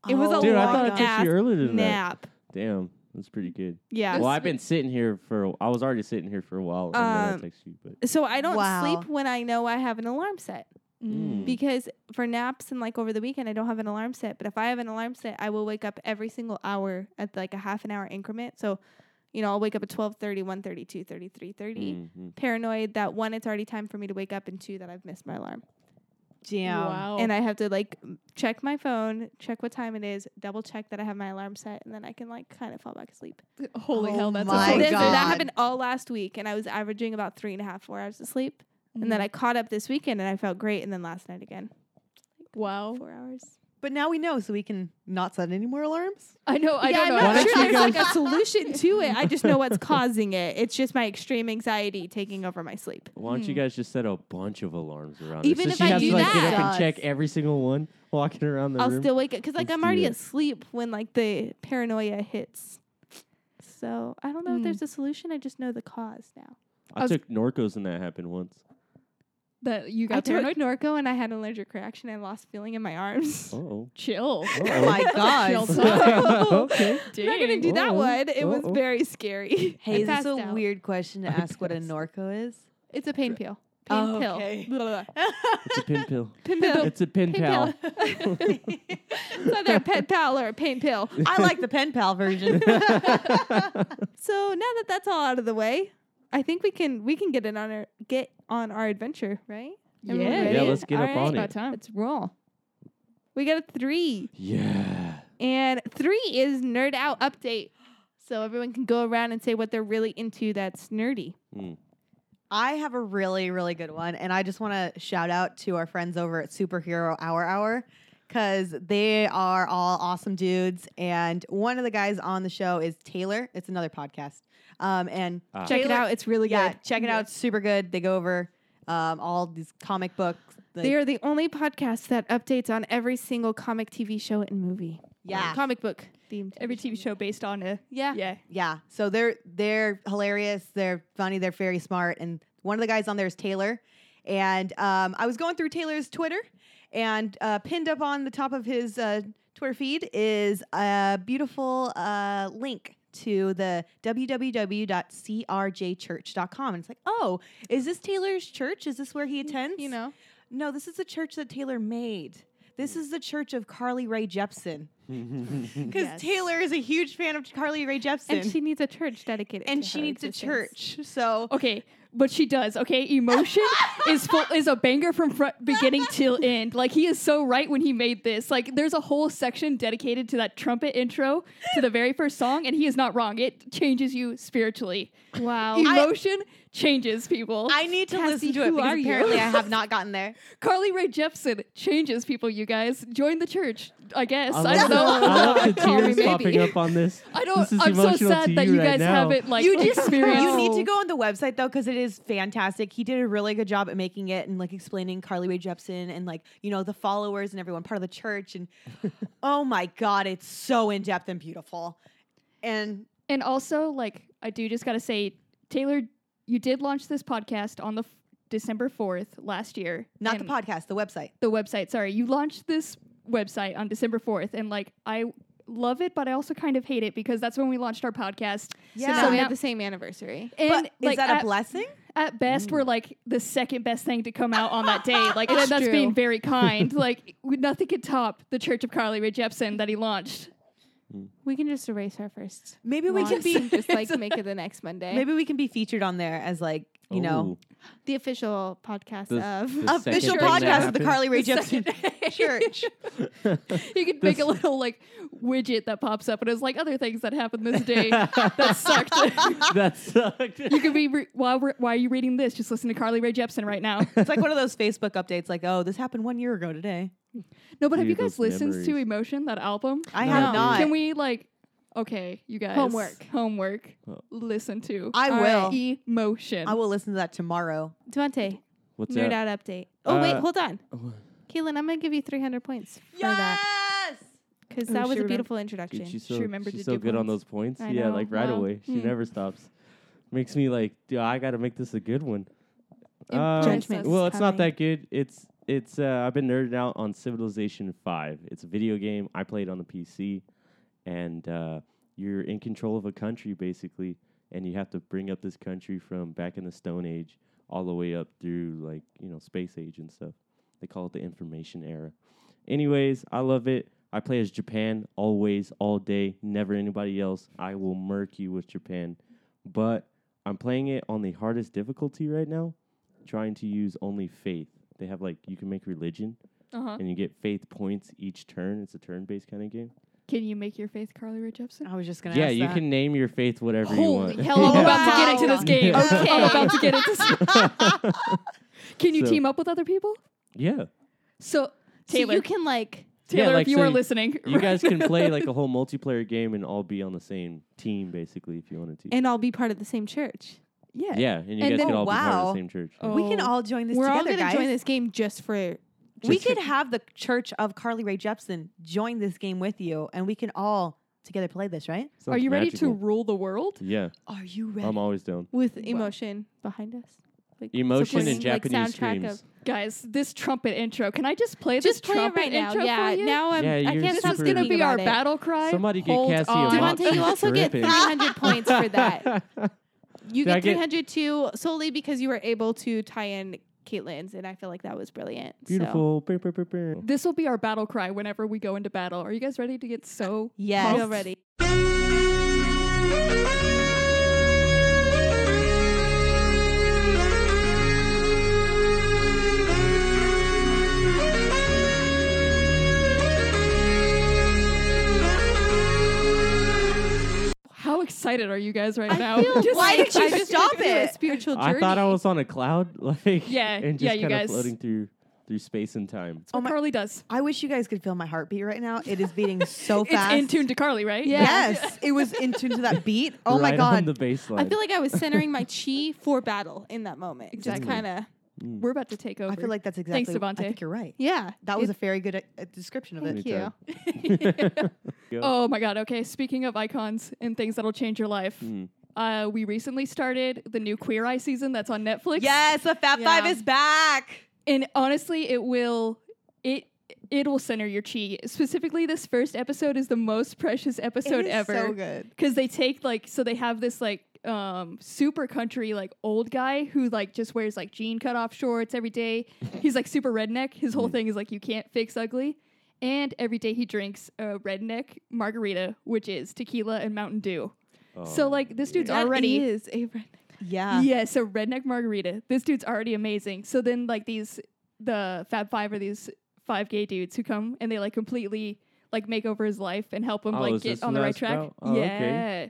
Speaker 1: It was a
Speaker 3: Dude, I
Speaker 1: long
Speaker 3: thought I texted
Speaker 1: ass
Speaker 3: you earlier than that.
Speaker 1: Nap.
Speaker 3: Damn, that's pretty good.
Speaker 1: Yeah.
Speaker 3: Well, I've been sitting here for. a- I was already sitting here for a while, and
Speaker 1: Um,
Speaker 3: then I text you. But
Speaker 1: So I don't
Speaker 2: Wow.
Speaker 1: sleep when I know I have an alarm set.
Speaker 3: Mm.
Speaker 1: because for naps and like over the weekend I don't have an alarm set, but if I have an alarm set, I will wake up every single hour at like a half an hour increment. So, you know, I'll wake up at 12:30, 1:30, 2:30, 3:30.
Speaker 3: Mhm.
Speaker 1: Paranoid that one it's already time for me to wake up and two that I've missed my alarm.
Speaker 2: Damn.
Speaker 4: Wow.
Speaker 1: And I have to like m- check my phone, check what time it is, double check that I have my alarm set and then I can like kind of fall back asleep.
Speaker 4: Holy
Speaker 2: Oh
Speaker 4: hell, that's
Speaker 2: My
Speaker 1: so
Speaker 4: awesome.
Speaker 1: this,
Speaker 2: God.
Speaker 1: that happened all last week and I was averaging about three and a half, four hours of sleep. And
Speaker 4: Mm.
Speaker 1: then I caught up this weekend and I felt great and then last night again.
Speaker 4: Wow.
Speaker 1: Four hours.
Speaker 2: But now we know, so we can not set any more alarms.
Speaker 4: I know. I
Speaker 1: yeah,
Speaker 4: don't know.
Speaker 1: I'm
Speaker 3: Why
Speaker 1: not
Speaker 3: don't
Speaker 1: sure
Speaker 3: you
Speaker 1: there's like a solution to it. I just know what's causing it. It's just my extreme anxiety taking over my sleep.
Speaker 3: Why don't you guys just set a bunch of alarms around?
Speaker 1: Even
Speaker 3: her?
Speaker 1: if
Speaker 3: so she
Speaker 1: I
Speaker 3: has
Speaker 1: do
Speaker 3: to like get up
Speaker 2: that-
Speaker 3: and check every single one walking around the
Speaker 1: I'll
Speaker 3: room.
Speaker 1: still wake up because like
Speaker 3: Let's
Speaker 1: I'm
Speaker 3: do
Speaker 1: already
Speaker 3: it.
Speaker 1: asleep when like the paranoia hits. So I don't know if
Speaker 2: Hmm.
Speaker 4: Mm.
Speaker 1: there's a solution. I just know the cause now.
Speaker 4: I
Speaker 3: I
Speaker 4: was-
Speaker 3: took Norcos and that happened once.
Speaker 4: that you
Speaker 1: I
Speaker 4: got
Speaker 1: took
Speaker 4: paranoid.
Speaker 1: Norco and I had an allergic reaction. I lost feeling in my arms.
Speaker 3: Oh.
Speaker 4: Chill.
Speaker 2: Oh my
Speaker 4: Chill
Speaker 2: god.
Speaker 4: time.
Speaker 3: okay.
Speaker 1: I'm not gonna
Speaker 4: Dang.
Speaker 1: do that
Speaker 3: Oh,
Speaker 1: one. It was
Speaker 3: oh, oh.
Speaker 1: very scary. I
Speaker 2: Hey, is this
Speaker 1: passed
Speaker 2: a
Speaker 1: out.
Speaker 2: weird question to ask what a Norco is?
Speaker 1: It's a pain pill. Pain
Speaker 2: Oh,
Speaker 1: pill.
Speaker 2: okay.
Speaker 1: Blah, blah, blah.
Speaker 3: It's a pin pill.
Speaker 1: Pain pill.
Speaker 3: It's a pin
Speaker 1: Pain
Speaker 3: pal.
Speaker 1: pill. it's either a pen pal or a pain pill.
Speaker 2: I like the pen pal version.
Speaker 1: So now that that's all out of the way, I think we can we can get in on our get on our adventure, right? Everyone
Speaker 4: Yeah.
Speaker 1: ready?
Speaker 3: Yeah, let's get
Speaker 1: All
Speaker 3: up on
Speaker 1: right,
Speaker 3: it.
Speaker 4: About time.
Speaker 1: Let's roll. We got a three,
Speaker 3: Yeah.
Speaker 1: and three is nerd out update. So everyone can go around and say what they're really into that's nerdy.
Speaker 2: I have a really, really good one. And I just want to shout out to our friends over at Superhero Hour Hour because they are all awesome dudes. And one of the guys on the show is Taylor. It's another podcast. Um, and
Speaker 3: Ah.
Speaker 1: Check it
Speaker 2: Taylor-
Speaker 1: out; it's really
Speaker 2: Yeah,
Speaker 1: good.
Speaker 2: check it out. It's super good. They go over um, all these comic books. like-
Speaker 1: They are the only podcast that updates on every single comic TV show and movie.
Speaker 2: yeah.
Speaker 1: comic book themed.
Speaker 4: Every TV show based on a
Speaker 1: Yeah.
Speaker 4: yeah.
Speaker 2: Yeah. So they're they're hilarious. They're funny. They're very smart. And one of the guys on there is Taylor. And um, I was going through Taylor's Twitter, and uh, pinned up on the top of his uh, Twitter feed is a beautiful uh, link to the www.crjchurch.com. And it's like, oh, is this Taylor's church? Is this where he attends?
Speaker 1: You know,
Speaker 2: no, this is a church that Taylor made. This is the church of Carly Ray Jepsen. Because
Speaker 1: Mm. Yes.
Speaker 2: Taylor is a huge fan of Carly Ray Jepsen
Speaker 1: and she needs a church dedicated.
Speaker 2: and
Speaker 1: to
Speaker 2: she
Speaker 1: her
Speaker 2: needs
Speaker 1: existence. Oh,
Speaker 2: a church. So
Speaker 4: Okay, but she does. Okay, emotion is full, is a banger from front, beginning till end. Like he is so right when he made this. Like there's a whole section dedicated to that trumpet intro to the very first song, and he is not wrong. It changes you spiritually.
Speaker 1: Wow.
Speaker 4: Emotion changes people.
Speaker 2: Oh, I need to
Speaker 1: Cassie,
Speaker 2: listen to it
Speaker 1: who
Speaker 2: because
Speaker 1: are you?
Speaker 2: apparently I have not gotten there.
Speaker 4: Carly Rae Jepsen changes people. You guys join the church. I guess I,
Speaker 3: love
Speaker 4: don't No,
Speaker 3: I love the
Speaker 4: call me
Speaker 3: tears
Speaker 4: maybe.
Speaker 3: popping up on this.
Speaker 4: I don't.
Speaker 3: This is
Speaker 4: I'm so
Speaker 3: emotional
Speaker 4: sad
Speaker 3: to
Speaker 4: that
Speaker 3: you
Speaker 4: you
Speaker 3: right
Speaker 4: guys
Speaker 3: now.
Speaker 4: have it like
Speaker 2: you just
Speaker 4: experienced.
Speaker 2: you need to go on the website though because it is fantastic. He did a really good job at making it and like explaining Carly Rae Jepsen and like you know the followers and everyone part of the church and oh my god, it's so in depth and beautiful. And
Speaker 4: And also, like, I do just gotta say, Taylor, you did launch this podcast on the f- December fourth last year.
Speaker 2: not
Speaker 4: and
Speaker 2: the podcast, the website.
Speaker 4: the website. Sorry, you launched this website on December fourth, and like, I love it, but I also kind of hate it because that's when we launched our podcast.
Speaker 1: So
Speaker 2: Yeah,
Speaker 1: now we
Speaker 4: now-
Speaker 1: have the same anniversary.
Speaker 4: And
Speaker 2: but
Speaker 4: like,
Speaker 2: is that
Speaker 4: at,
Speaker 2: a Mm. blessing?
Speaker 4: at best, we're like the second best thing to come out on that day. Like,
Speaker 1: It's
Speaker 4: and that's
Speaker 1: true.
Speaker 4: being very kind. like, we- nothing could top the Church of Carly Rae Jepsen that he launched.
Speaker 1: We can just erase our first.
Speaker 2: Maybe we can
Speaker 1: launch
Speaker 2: be
Speaker 1: and just like make it the next Monday.
Speaker 2: maybe we can be featured on there as like you
Speaker 3: Oh.
Speaker 2: know
Speaker 1: the official podcast
Speaker 3: The-
Speaker 1: of
Speaker 3: the second
Speaker 2: official
Speaker 3: thing that
Speaker 2: podcast of the
Speaker 3: happened.
Speaker 2: Carly Rae
Speaker 4: The second
Speaker 2: Jepsen Church.
Speaker 4: You could make a little like widget that pops up, and it's like other things that happened this day that sucked.
Speaker 3: that sucked.
Speaker 4: you could be re- while we're, why are you reading this? Just listen to Carly Rae Jepsen right now.
Speaker 2: It's like one of those Facebook updates, like oh, this happened one year ago today.
Speaker 4: No, but have you
Speaker 3: Dude,
Speaker 4: guys
Speaker 3: those
Speaker 4: listened to
Speaker 3: memories.
Speaker 4: Emotion that album?
Speaker 2: I
Speaker 3: No,
Speaker 2: have
Speaker 3: dude.
Speaker 2: not.
Speaker 4: Can we like? Okay, you guys.
Speaker 1: Homework.
Speaker 4: Homework.
Speaker 3: Oh.
Speaker 4: Listen to. E
Speaker 2: I will.
Speaker 4: Emotion.
Speaker 2: I will listen to that tomorrow.
Speaker 1: Duante
Speaker 3: What's
Speaker 1: nerd
Speaker 3: that?
Speaker 1: out update. Oh wait,
Speaker 3: Uh,
Speaker 1: hold on, Keelan. I'm gonna give you 300 points for that because
Speaker 4: Oh,
Speaker 1: that was
Speaker 4: shoot,
Speaker 1: a
Speaker 4: I'm-
Speaker 1: beautiful introduction.
Speaker 3: Dude, she's
Speaker 4: She
Speaker 3: so,
Speaker 4: remembered
Speaker 3: she's so
Speaker 4: to do
Speaker 3: good on
Speaker 4: points.
Speaker 3: those points.
Speaker 1: I
Speaker 3: yeah,
Speaker 1: know,
Speaker 3: like right
Speaker 1: wow.
Speaker 3: away. She
Speaker 1: Hmm.
Speaker 3: never stops. Makes me like, dude, I got to make this a good one. Uh,
Speaker 4: Impress
Speaker 1: Judgment.
Speaker 4: us.
Speaker 1: is
Speaker 3: Well, it's not
Speaker 1: coming.
Speaker 3: that good. It's it's. Uh, I've been nerding out on Civilization Five. It's a video game I played on the PC, and uh, you're in control of a country basically, and you have to bring up this country from back in the Stone Age all the way up through like you know space age and stuff. They call it the Information Era. Anyways, I love it. I play as Japan always, all day, never anybody else. I will murk you with Japan, but I'm playing it on the hardest difficulty right now trying to use only faith. They have like you can make religion
Speaker 4: Uh-huh.
Speaker 3: and you get faith points each turn. It's a turn based kind of game.
Speaker 4: Can you make your faith, Carly Rae Jepsen?
Speaker 2: I was just gonna.
Speaker 3: yeah,
Speaker 2: ask
Speaker 3: you
Speaker 2: that.
Speaker 3: can name your faith whatever you
Speaker 4: Holy
Speaker 3: want.
Speaker 4: hell! I'm
Speaker 2: Yeah.
Speaker 4: about to get into
Speaker 2: Wow.
Speaker 4: this game.
Speaker 1: Okay.
Speaker 4: I'm about to get into. This. Can you
Speaker 3: So-
Speaker 4: team up with other people?
Speaker 3: yeah.
Speaker 4: So
Speaker 1: So
Speaker 4: Taylor,
Speaker 1: you can like
Speaker 4: Taylor,
Speaker 3: like,
Speaker 4: if you
Speaker 3: so
Speaker 4: are
Speaker 3: you-
Speaker 4: listening,
Speaker 3: You guys can play like a whole multiplayer game and all be on the same team basically if you wanted to.
Speaker 1: and all be part of the same church.
Speaker 2: Yeah.
Speaker 3: yeah, and you
Speaker 1: and
Speaker 3: guys
Speaker 1: then-
Speaker 3: could all be part of
Speaker 2: wow.
Speaker 3: the same church.
Speaker 4: Oh.
Speaker 2: We can all join this
Speaker 1: We're all
Speaker 2: together,
Speaker 1: gonna
Speaker 2: guys.
Speaker 1: join this game just for
Speaker 2: we
Speaker 3: Just-
Speaker 2: could have the Church of Carly Rae Jepsen join this game with you, and we can all together play this, right?
Speaker 3: Sounds
Speaker 4: are you ready to
Speaker 3: magical.
Speaker 4: rule the world?
Speaker 3: Yeah,
Speaker 2: Are you ready?
Speaker 3: I'm always down.
Speaker 1: with emotion behind us. Like
Speaker 3: Emotion
Speaker 1: supporting,
Speaker 3: and Japanese
Speaker 1: like, soundtrack
Speaker 3: screams.
Speaker 1: Of,
Speaker 4: Guys, this trumpet intro. Can I just play
Speaker 1: just
Speaker 4: this
Speaker 1: play it
Speaker 4: trumpet
Speaker 1: right now.
Speaker 4: intro
Speaker 1: Yeah.
Speaker 4: for you?
Speaker 1: Now I'm,
Speaker 3: Yeah,
Speaker 1: I
Speaker 3: you're
Speaker 1: can't stop
Speaker 3: super-
Speaker 4: This is gonna
Speaker 1: thinking
Speaker 4: be our
Speaker 1: about it.
Speaker 4: battle cry.
Speaker 3: Somebody get
Speaker 4: Hold
Speaker 3: Cassie a
Speaker 4: on.
Speaker 3: mop.
Speaker 1: Devontae, you also get
Speaker 3: Dripping.
Speaker 1: 300 points for that. You
Speaker 3: Did I
Speaker 1: get
Speaker 3: get-
Speaker 1: 300 too solely because you were able to tie in Caitlin's, and I feel like that was brilliant. So.
Speaker 3: Beautiful. Brr, brr, brr, brr.
Speaker 4: This will be our battle cry whenever we go into battle. Are you guys ready to get so?
Speaker 2: Yes.
Speaker 1: Feel ready.
Speaker 4: How excited are you guys right
Speaker 1: I
Speaker 4: now?
Speaker 1: feel
Speaker 2: Why
Speaker 1: like
Speaker 2: did you
Speaker 1: I oh, just
Speaker 2: stop
Speaker 1: went through a
Speaker 2: it?
Speaker 1: spiritual journey.
Speaker 3: I thought I was on a cloud, like
Speaker 4: Yeah,
Speaker 3: and just
Speaker 4: yeah, you
Speaker 3: kinda
Speaker 4: guys-
Speaker 3: floating through through space and time.
Speaker 4: oh Carly does.
Speaker 2: I wish you guys could feel my heartbeat right now. It is beating so fast.
Speaker 4: It's in tune to Carly, right?
Speaker 1: Yeah.
Speaker 2: Yes, it was in tune to that beat. Oh my
Speaker 3: Right on
Speaker 2: god!
Speaker 3: the baseline.
Speaker 1: I feel like I was centering my chi for battle in that moment.
Speaker 4: Exactly.
Speaker 1: Just kind of,
Speaker 4: We're about to take over.
Speaker 2: I feel like that's exactly.
Speaker 4: Devontae.
Speaker 2: I think you're right.
Speaker 1: yeah.
Speaker 2: That was a very good uh, uh, description of
Speaker 1: Thank
Speaker 2: it.
Speaker 1: you.
Speaker 3: Anytime.
Speaker 4: Oh my god. Okay. Speaking of icons and things that'll change your life,
Speaker 3: Hmm.
Speaker 4: uh, we recently started the new Queer Eye season that's on Netflix.
Speaker 2: Yes, the Fab
Speaker 1: Yeah.
Speaker 2: Five is back.
Speaker 4: and honestly it will it it'll center your chi specifically this first episode is the most precious episode
Speaker 2: It is
Speaker 4: ever
Speaker 2: So good.
Speaker 4: because they take like so they have this like um super country like old guy who like just wears like jean cut off shorts every day he's like super redneck his whole thing is like you can't fix ugly and every day he drinks a redneck margarita which is tequila and mountain dew
Speaker 3: Oh.
Speaker 4: so like this dude's
Speaker 1: That
Speaker 4: already
Speaker 1: is a redneck.
Speaker 3: Ah.
Speaker 2: Yeah.
Speaker 4: yeah, so redneck margarita. This dude's already amazing. So then like these the Fab Five are these five gay dudes who come and they like completely like make over his life and help him
Speaker 3: Oh,
Speaker 4: like
Speaker 3: is
Speaker 4: get
Speaker 3: this
Speaker 4: on the
Speaker 3: what
Speaker 4: right
Speaker 3: that's
Speaker 4: track.
Speaker 3: about? Oh, okay.
Speaker 4: yeah.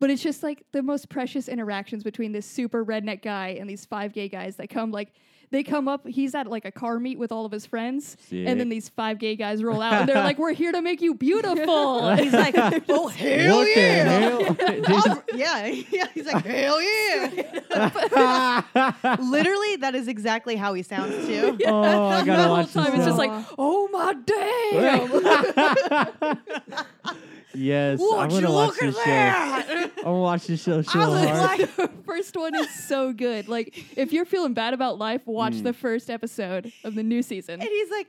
Speaker 4: But it's just like the most precious interactions between this super redneck guy and these five gay guys that come like They come up, he's at like a car meet with all of his friends,
Speaker 3: Sick.
Speaker 4: and then these five gay guys roll out and they're like, We're here to make you beautiful.
Speaker 2: He's like, oh hell
Speaker 3: what
Speaker 2: yeah.
Speaker 3: the
Speaker 2: I'll- yeah, yeah. He's like, hell yeah.
Speaker 3: hell?
Speaker 2: Literally, that is exactly how he sounds too.
Speaker 3: oh, I
Speaker 4: the
Speaker 3: gotta
Speaker 4: whole
Speaker 3: watch
Speaker 4: time
Speaker 3: this
Speaker 4: it's just like,
Speaker 3: now.
Speaker 4: Oh my damn.
Speaker 3: yes, I'm
Speaker 2: Would you
Speaker 3: gonna watch
Speaker 2: look at
Speaker 3: this show.
Speaker 2: that?
Speaker 3: I'm gonna watch this show so
Speaker 2: I was
Speaker 3: hard.
Speaker 2: like,
Speaker 4: the first one is so good. Like, if you're feeling bad about life, watch
Speaker 3: Mm.
Speaker 4: the first episode of the new season.
Speaker 2: and he's like,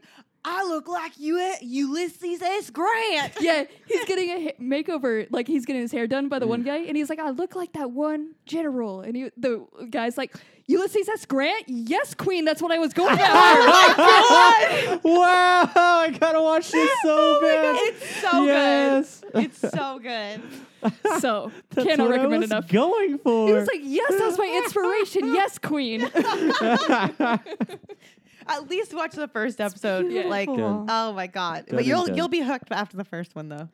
Speaker 2: I look like you, Ulysses S. Grant.
Speaker 4: Yeah, he's getting a ha- makeover. Like, he's getting his hair done by the one guy, and he's like, "I look like that one general." And he, the guy's like, "Ulysses S. Grant? Yes, Queen. That's what I was going for."
Speaker 3: wow, I gotta watch this so bad.
Speaker 2: Oh It's so
Speaker 3: yes.
Speaker 2: good. It's so good.
Speaker 4: so,
Speaker 3: That's
Speaker 4: cannot
Speaker 3: what I
Speaker 4: recommend
Speaker 3: was
Speaker 4: enough.
Speaker 3: Going for.
Speaker 4: He was like, "Yes, that's my inspiration. Yes, Queen."
Speaker 2: At least watch the first episode.
Speaker 4: beautiful.
Speaker 2: Like,
Speaker 3: Done.
Speaker 2: oh my god!
Speaker 3: Done
Speaker 2: But you'll
Speaker 3: and done.
Speaker 2: you'll be hooked after the first one though.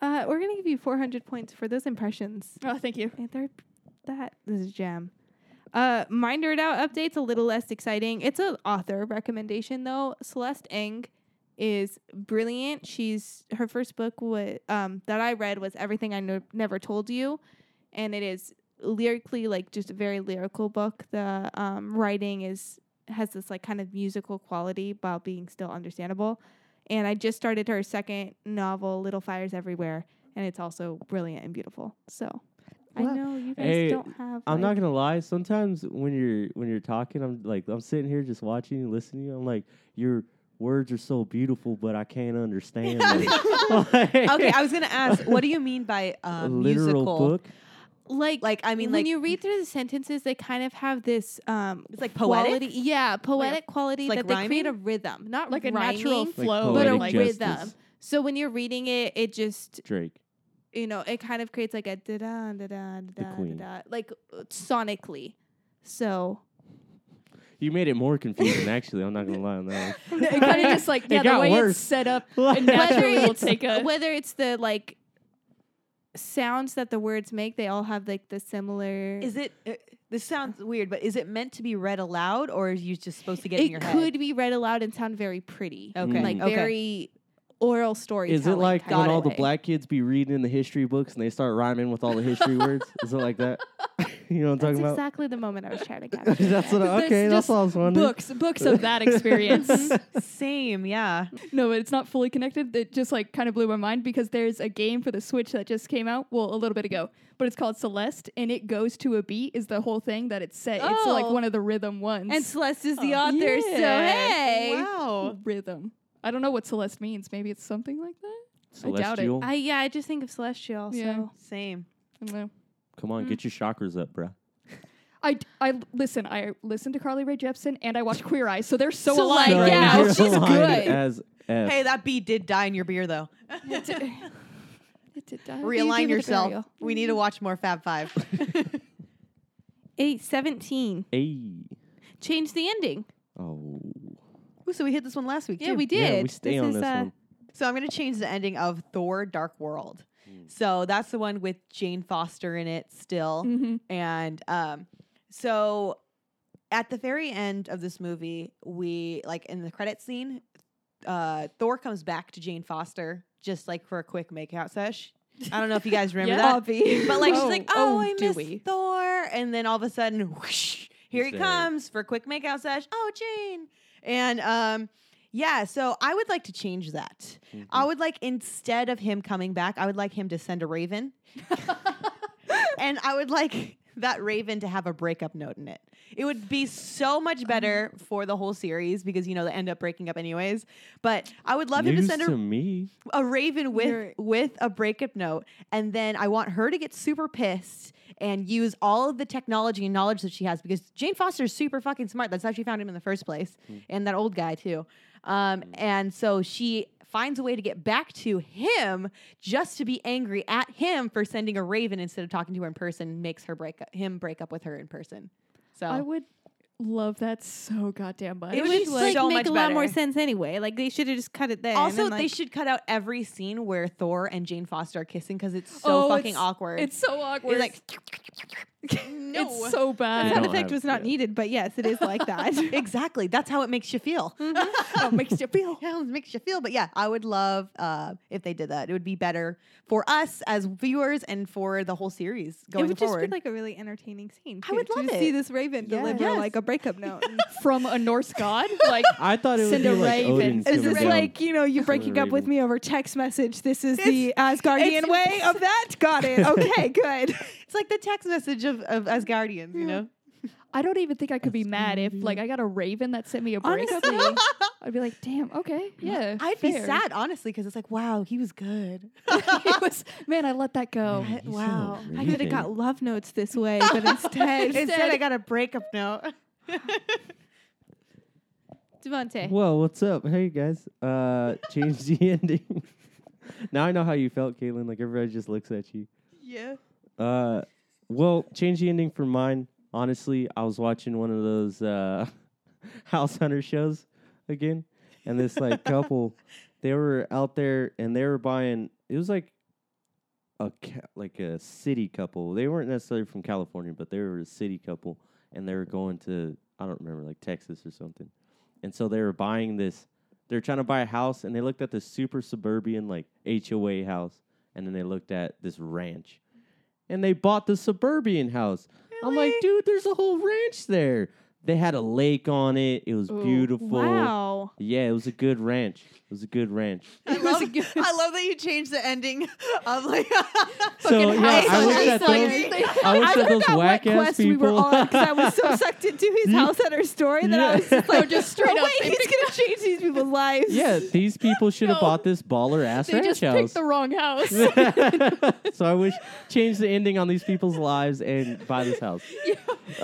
Speaker 1: Uh, we're gonna give you 400 points for those impressions.
Speaker 4: oh, thank you.
Speaker 1: And they're that this is jam. Uh, Mind Nerd Out update's a little less exciting. It's an author recommendation though. Celeste Eng is brilliant. She's her first book wa- um, that I read was Everything I no- Never Told You, and it is lyrically like just a very lyrical book. The um, writing is has this like kind of musical quality while being still understandable. And I just started her second novel, Little Fires Everywhere, and it's also brilliant and beautiful. So I
Speaker 2: Well,
Speaker 1: know you guys
Speaker 3: hey,
Speaker 1: don't have.
Speaker 3: I'm
Speaker 1: like-
Speaker 3: not gonna lie. Sometimes when you're when you're talking, I'm like I'm sitting here just watching you, listening. I'm like, your words are so beautiful, but I can't understand. them. Like,
Speaker 2: Okay, I was gonna ask, what do you mean by uh,
Speaker 3: a literal
Speaker 2: musical?
Speaker 3: book.
Speaker 1: like
Speaker 2: Like, I mean,
Speaker 1: when
Speaker 2: like
Speaker 1: you read through the sentences, they kind of have this um
Speaker 2: It's like poetic?
Speaker 1: quality, yeah, poetic quality
Speaker 2: like
Speaker 1: that they create a
Speaker 2: rhyming?
Speaker 1: rhythm, not
Speaker 4: Like a
Speaker 1: rhyming,
Speaker 4: natural
Speaker 3: Like
Speaker 4: flow,
Speaker 1: but a
Speaker 3: poetic justice.
Speaker 1: rhythm. So when you're reading it, it just
Speaker 3: Drake.
Speaker 1: you know it kind of creates like a da da da da da
Speaker 3: queen.
Speaker 1: da like uh, sonically. So
Speaker 3: You made it more confusing. actually, I'm not gonna lie on that. one.
Speaker 4: It kind of just like
Speaker 3: It
Speaker 4: yeah, the
Speaker 3: got
Speaker 4: way
Speaker 3: worse.
Speaker 4: it's set up,
Speaker 3: Like-
Speaker 4: and
Speaker 3: Whether
Speaker 4: naturally will
Speaker 1: it's-
Speaker 4: take a.
Speaker 1: whether it's the like sounds that the words make, they all have like the similar.
Speaker 2: is it? Uh, this sounds weird, but is it meant to be read aloud, or are you just supposed to get in
Speaker 1: it
Speaker 2: your
Speaker 1: could
Speaker 2: head?
Speaker 1: be read aloud and sound very pretty.
Speaker 2: Okay,
Speaker 1: like
Speaker 2: okay.
Speaker 1: very oral storytelling.
Speaker 3: Is it like
Speaker 1: kind
Speaker 3: when
Speaker 1: of
Speaker 3: all the
Speaker 1: way.
Speaker 3: black kids be reading in the history books and they start rhyming with all the history words? Is it like that? you know what I'm
Speaker 1: That's
Speaker 3: talking about?
Speaker 1: exactly the moment I was trying to capture.
Speaker 3: that's what. I,
Speaker 4: There's
Speaker 3: okay, that's
Speaker 4: just
Speaker 3: all I was wondering.
Speaker 4: books, books of that experience.
Speaker 2: Same, yeah.
Speaker 4: No, but it's not fully connected. It just like kind of blew my mind because there's a game for the Switch that just came out, well, a little bit ago, but it's called Celeste, and it goes to a beat. Is the whole thing that it's set? It's like
Speaker 1: Oh.
Speaker 4: one of the rhythm ones.
Speaker 1: and Celeste is the
Speaker 4: Oh.
Speaker 1: author,
Speaker 4: Yeah.
Speaker 1: so hey.
Speaker 2: Wow.
Speaker 4: rhythm. I don't know what Celeste means. Maybe it's something like that. I doubt it.
Speaker 3: Celestial.
Speaker 1: I yeah, I just think of Celestial.
Speaker 4: Yeah.
Speaker 1: So
Speaker 2: Same.
Speaker 4: I don't know.
Speaker 3: Come on,
Speaker 4: Mm-hmm.
Speaker 3: get your chakras up, bruh.
Speaker 4: I, I listen. I listen to Carly Rae Jepsen and I watch Queer Eye, so they're so,
Speaker 1: So,
Speaker 4: alike.
Speaker 1: like,
Speaker 3: Sorry,
Speaker 1: yeah,
Speaker 3: you're
Speaker 1: she's
Speaker 3: aligned
Speaker 1: good.
Speaker 3: As F.
Speaker 2: Hey, that bee did die in your beer though.
Speaker 4: It did- it did die.
Speaker 2: Realign
Speaker 4: Even with
Speaker 2: yourself.
Speaker 4: burial.
Speaker 2: We need to watch more Fab Five.
Speaker 1: eight seventeen.
Speaker 3: Hey.
Speaker 1: Change the ending.
Speaker 3: Oh.
Speaker 2: Ooh, so we hit this one last week.
Speaker 1: Yeah,
Speaker 2: too.
Speaker 1: we did.
Speaker 3: Yeah, we stay on
Speaker 1: is,
Speaker 3: this
Speaker 1: uh,
Speaker 3: one.
Speaker 2: So I'm going to change the ending of Thor Dark World.
Speaker 3: Hmm.
Speaker 2: So that's the one with Jane Foster in it still.
Speaker 4: Mhm.
Speaker 2: And um, so at the very end of this movie, we like in the credit scene, uh, Thor comes back to Jane Foster just like for a quick makeout sesh. I don't know if you guys remember
Speaker 4: Yeah.
Speaker 2: that.
Speaker 1: Obvi.
Speaker 2: But like she's
Speaker 4: Oh,
Speaker 2: like, oh,
Speaker 4: oh,
Speaker 2: I
Speaker 4: do
Speaker 2: miss
Speaker 4: we?"
Speaker 2: Thor, and then all of a sudden, whoosh, here he
Speaker 3: He's there.
Speaker 2: comes for a quick makeout sesh. Oh, Jane, and um, yeah. So I would like to change that. I would like instead of him coming back, I would like him to send a raven, and I would like that raven to have a breakup note in it. It would be so much better for the whole series because you know they end up breaking up anyways. But I would love him to
Speaker 3: News
Speaker 2: send a
Speaker 3: to me.
Speaker 2: a raven with
Speaker 4: You're-
Speaker 2: with a breakup note and then i want her to get super pissed and use all of the technology and knowledge that she has because jane foster is super fucking smart that's how she found him in the first place and that old guy too um, and so she finds a way to get back to him just to be angry at him for sending a raven instead of talking to her in person makes her break up, him break up with her in person so
Speaker 4: I would love that so goddamn much.
Speaker 2: Oh. It
Speaker 1: It
Speaker 2: was
Speaker 1: would
Speaker 2: so
Speaker 1: like make
Speaker 2: much
Speaker 1: a lot more
Speaker 2: better.
Speaker 1: sense anyway. Like they should have just cut it there. and
Speaker 2: also
Speaker 1: then, like,
Speaker 2: they should cut out every scene where thor and jane foster are kissing because it's so
Speaker 4: Oh,
Speaker 2: fucking
Speaker 4: it's-
Speaker 2: awkward
Speaker 4: It's so awkward.
Speaker 2: It's like No.
Speaker 4: It's so
Speaker 1: That
Speaker 3: I
Speaker 1: sound
Speaker 4: bad.
Speaker 3: don't
Speaker 1: effect
Speaker 3: have-
Speaker 1: was not
Speaker 3: yeah.
Speaker 1: needed, but yes, it is like that.
Speaker 2: exactly. That's how it makes you feel. Mm-hmm.
Speaker 4: How it makes you feel.
Speaker 2: Yeah, it makes you feel. But yeah, I would love uh, if they did that. It would be better for us as viewers and for the whole series going
Speaker 1: it would
Speaker 2: forward.
Speaker 1: just be like a really entertaining scene.
Speaker 2: I
Speaker 1: too,
Speaker 2: would
Speaker 1: to
Speaker 2: love
Speaker 1: just see
Speaker 2: it.
Speaker 1: this raven
Speaker 2: Yes.
Speaker 1: deliver
Speaker 2: Yes.
Speaker 1: like a breakup note. and-
Speaker 4: From a Norse god? Like,
Speaker 3: I thought it would
Speaker 4: Send a
Speaker 3: be like
Speaker 4: raven.
Speaker 3: Odin's
Speaker 1: Is
Speaker 3: coming
Speaker 1: this
Speaker 3: down.
Speaker 1: like, you know, you breaking up with
Speaker 3: raven.
Speaker 1: me over text message? This is
Speaker 2: It's-
Speaker 1: the Asgardian
Speaker 2: it's-
Speaker 1: way Oh, of that? Got it. Okay, good.
Speaker 2: it's like the text message of, of as guardians, you know?
Speaker 4: I don't even think I could be mad if, like, I got a raven that sent me a breakup.
Speaker 1: Honestly.
Speaker 4: note. I'd be like, damn, okay, yeah.
Speaker 2: I'd be
Speaker 4: fair."
Speaker 2: sad, honestly, because it's like, wow, he was good.
Speaker 4: it was, man, I let that go.
Speaker 3: Man, you sent a
Speaker 2: Wow.
Speaker 1: I could have got
Speaker 3: raven.
Speaker 1: love notes this way, but instead,
Speaker 2: Instead, I got a breakup note.
Speaker 1: Devante.
Speaker 3: Well, what's up? Hey guys. Uh change the ending. now I know how you felt, Caitlin. Like everybody just looks at you.
Speaker 2: yeah.
Speaker 3: Uh, well, change the ending for mine. Honestly, I was watching one of those uh, House Hunter shows again, and this like couple, they were out there and they were buying. It was like a ca- like a city couple. They weren't necessarily from California, but they were a city couple, and they were going to I don't remember like Texas or something. And so they were buying this. They're trying to buy a house, and they looked at this super suburban like HOA house, and then they looked at this ranch and they bought the suburban house. I'm like,
Speaker 2: Really?
Speaker 3: dude, there's a whole ranch there. They had a lake on it. It was
Speaker 4: Ooh,
Speaker 3: beautiful.
Speaker 1: Wow.
Speaker 3: Yeah, it was a good ranch. It was a good ranch.
Speaker 2: I love, I love that you changed the ending of like.
Speaker 3: so
Speaker 4: Fucking
Speaker 3: yeah,
Speaker 4: house
Speaker 3: I wish
Speaker 4: hunters,
Speaker 3: that
Speaker 4: like,
Speaker 3: those,
Speaker 4: they-
Speaker 3: I wish that those
Speaker 1: forgot what
Speaker 3: whack ass
Speaker 1: quest we were
Speaker 3: people.
Speaker 1: on because I was so sucked into his
Speaker 3: Yeah.
Speaker 1: house and her story that I was just
Speaker 4: No,
Speaker 1: like,
Speaker 4: just straight
Speaker 1: "No
Speaker 4: up,
Speaker 1: way,
Speaker 4: they
Speaker 1: he's gonna change these people's lives.
Speaker 3: yeah, these people should have
Speaker 4: No.
Speaker 3: bought this baller ass
Speaker 4: They
Speaker 3: ranch
Speaker 4: just
Speaker 3: house.
Speaker 4: picked the wrong house.
Speaker 3: so I wish change the ending on these people's lives and buy this house.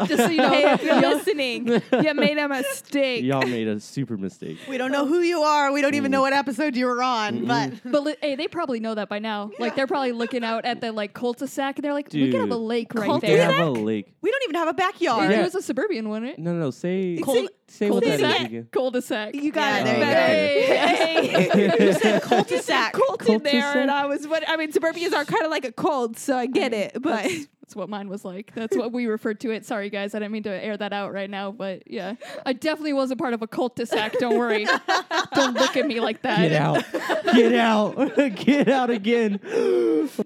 Speaker 4: Just so you know,
Speaker 1: Hey, if you're
Speaker 4: y'all-
Speaker 1: listening, you made a mistake.
Speaker 3: Y'all made a super mistake.
Speaker 2: we don't know who you are. We don't even know what episode you were on, but.
Speaker 4: But li- hey, they probably know that by now. Like they're probably looking out at the like cul-de-sac, and they're like, "We could have a
Speaker 3: Dude.
Speaker 4: lake right
Speaker 1: Cul-de-sac?
Speaker 3: They
Speaker 4: there."
Speaker 3: have a lake.
Speaker 2: We don't even have a
Speaker 4: It-
Speaker 2: backyard.
Speaker 4: It
Speaker 3: Yeah.
Speaker 4: was a suburban one, right?
Speaker 3: No, no, no. Say
Speaker 2: Cul-
Speaker 3: say what that
Speaker 4: cul-de-sac.
Speaker 3: is again.
Speaker 4: Cul-de-sac.
Speaker 1: You got
Speaker 2: Yeah,
Speaker 1: it.
Speaker 3: there
Speaker 4: you go.
Speaker 1: better. Hey. you said
Speaker 2: Cul-de-sac.
Speaker 1: cult in there,
Speaker 3: Cul-de-sac?
Speaker 1: and I was. What I mean, suburbias are kind of like a cold, so I get it. But
Speaker 4: That's, that's what mine was like. That's what we referred to it. Sorry, guys, I didn't mean to air that out right now, but yeah, I definitely wasn't part of a cul-de-sac. Don't worry. Don't look at me like that.
Speaker 3: Get out. Get out. Get out again.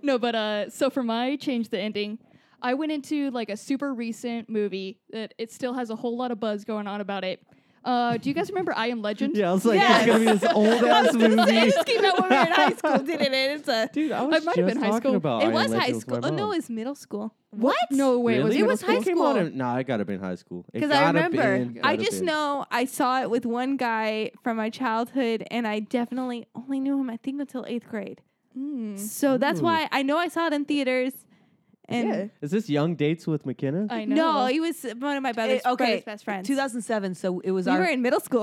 Speaker 4: No, but uh, so for my change the ending, I went into like a super recent movie that it still has a whole lot of buzz going on about it. Uh, do you guys remember I Am Legend?
Speaker 3: Yeah, I was like, it's gonna be this old ass
Speaker 1: it
Speaker 3: movie.
Speaker 1: just came out when we were in high school, didn't it? It's a.
Speaker 3: Dude, I was
Speaker 4: It might have
Speaker 3: just
Speaker 4: been high
Speaker 3: talking
Speaker 4: school.
Speaker 3: about
Speaker 1: It
Speaker 3: Iron
Speaker 1: was high
Speaker 3: Legend with my
Speaker 1: school. Oh, no,
Speaker 3: mom.
Speaker 1: it was middle school.
Speaker 2: What?
Speaker 4: No way.
Speaker 3: Really?
Speaker 4: It
Speaker 3: It
Speaker 4: was, middle
Speaker 2: was high
Speaker 4: school.
Speaker 3: Came out
Speaker 2: school.
Speaker 3: in- nah, it gotta have been high school. It
Speaker 2: 'Cause I
Speaker 3: gotta
Speaker 2: remember.
Speaker 3: been-
Speaker 1: I
Speaker 3: gotta
Speaker 1: just
Speaker 3: been.
Speaker 1: know I saw it with one guy from my childhood, and I definitely only knew him, I think, until eighth grade.
Speaker 4: Mm.
Speaker 1: So that's
Speaker 3: Ooh.
Speaker 1: why I know I saw it in theaters. And
Speaker 3: Is this Young Dates with McKenna?
Speaker 4: I know. Eh,
Speaker 1: no, he was one of my brother's,
Speaker 2: It- Eh, okay,
Speaker 1: brother's best friends.
Speaker 2: 2007. So it was
Speaker 1: We
Speaker 2: our.
Speaker 1: were in middle school.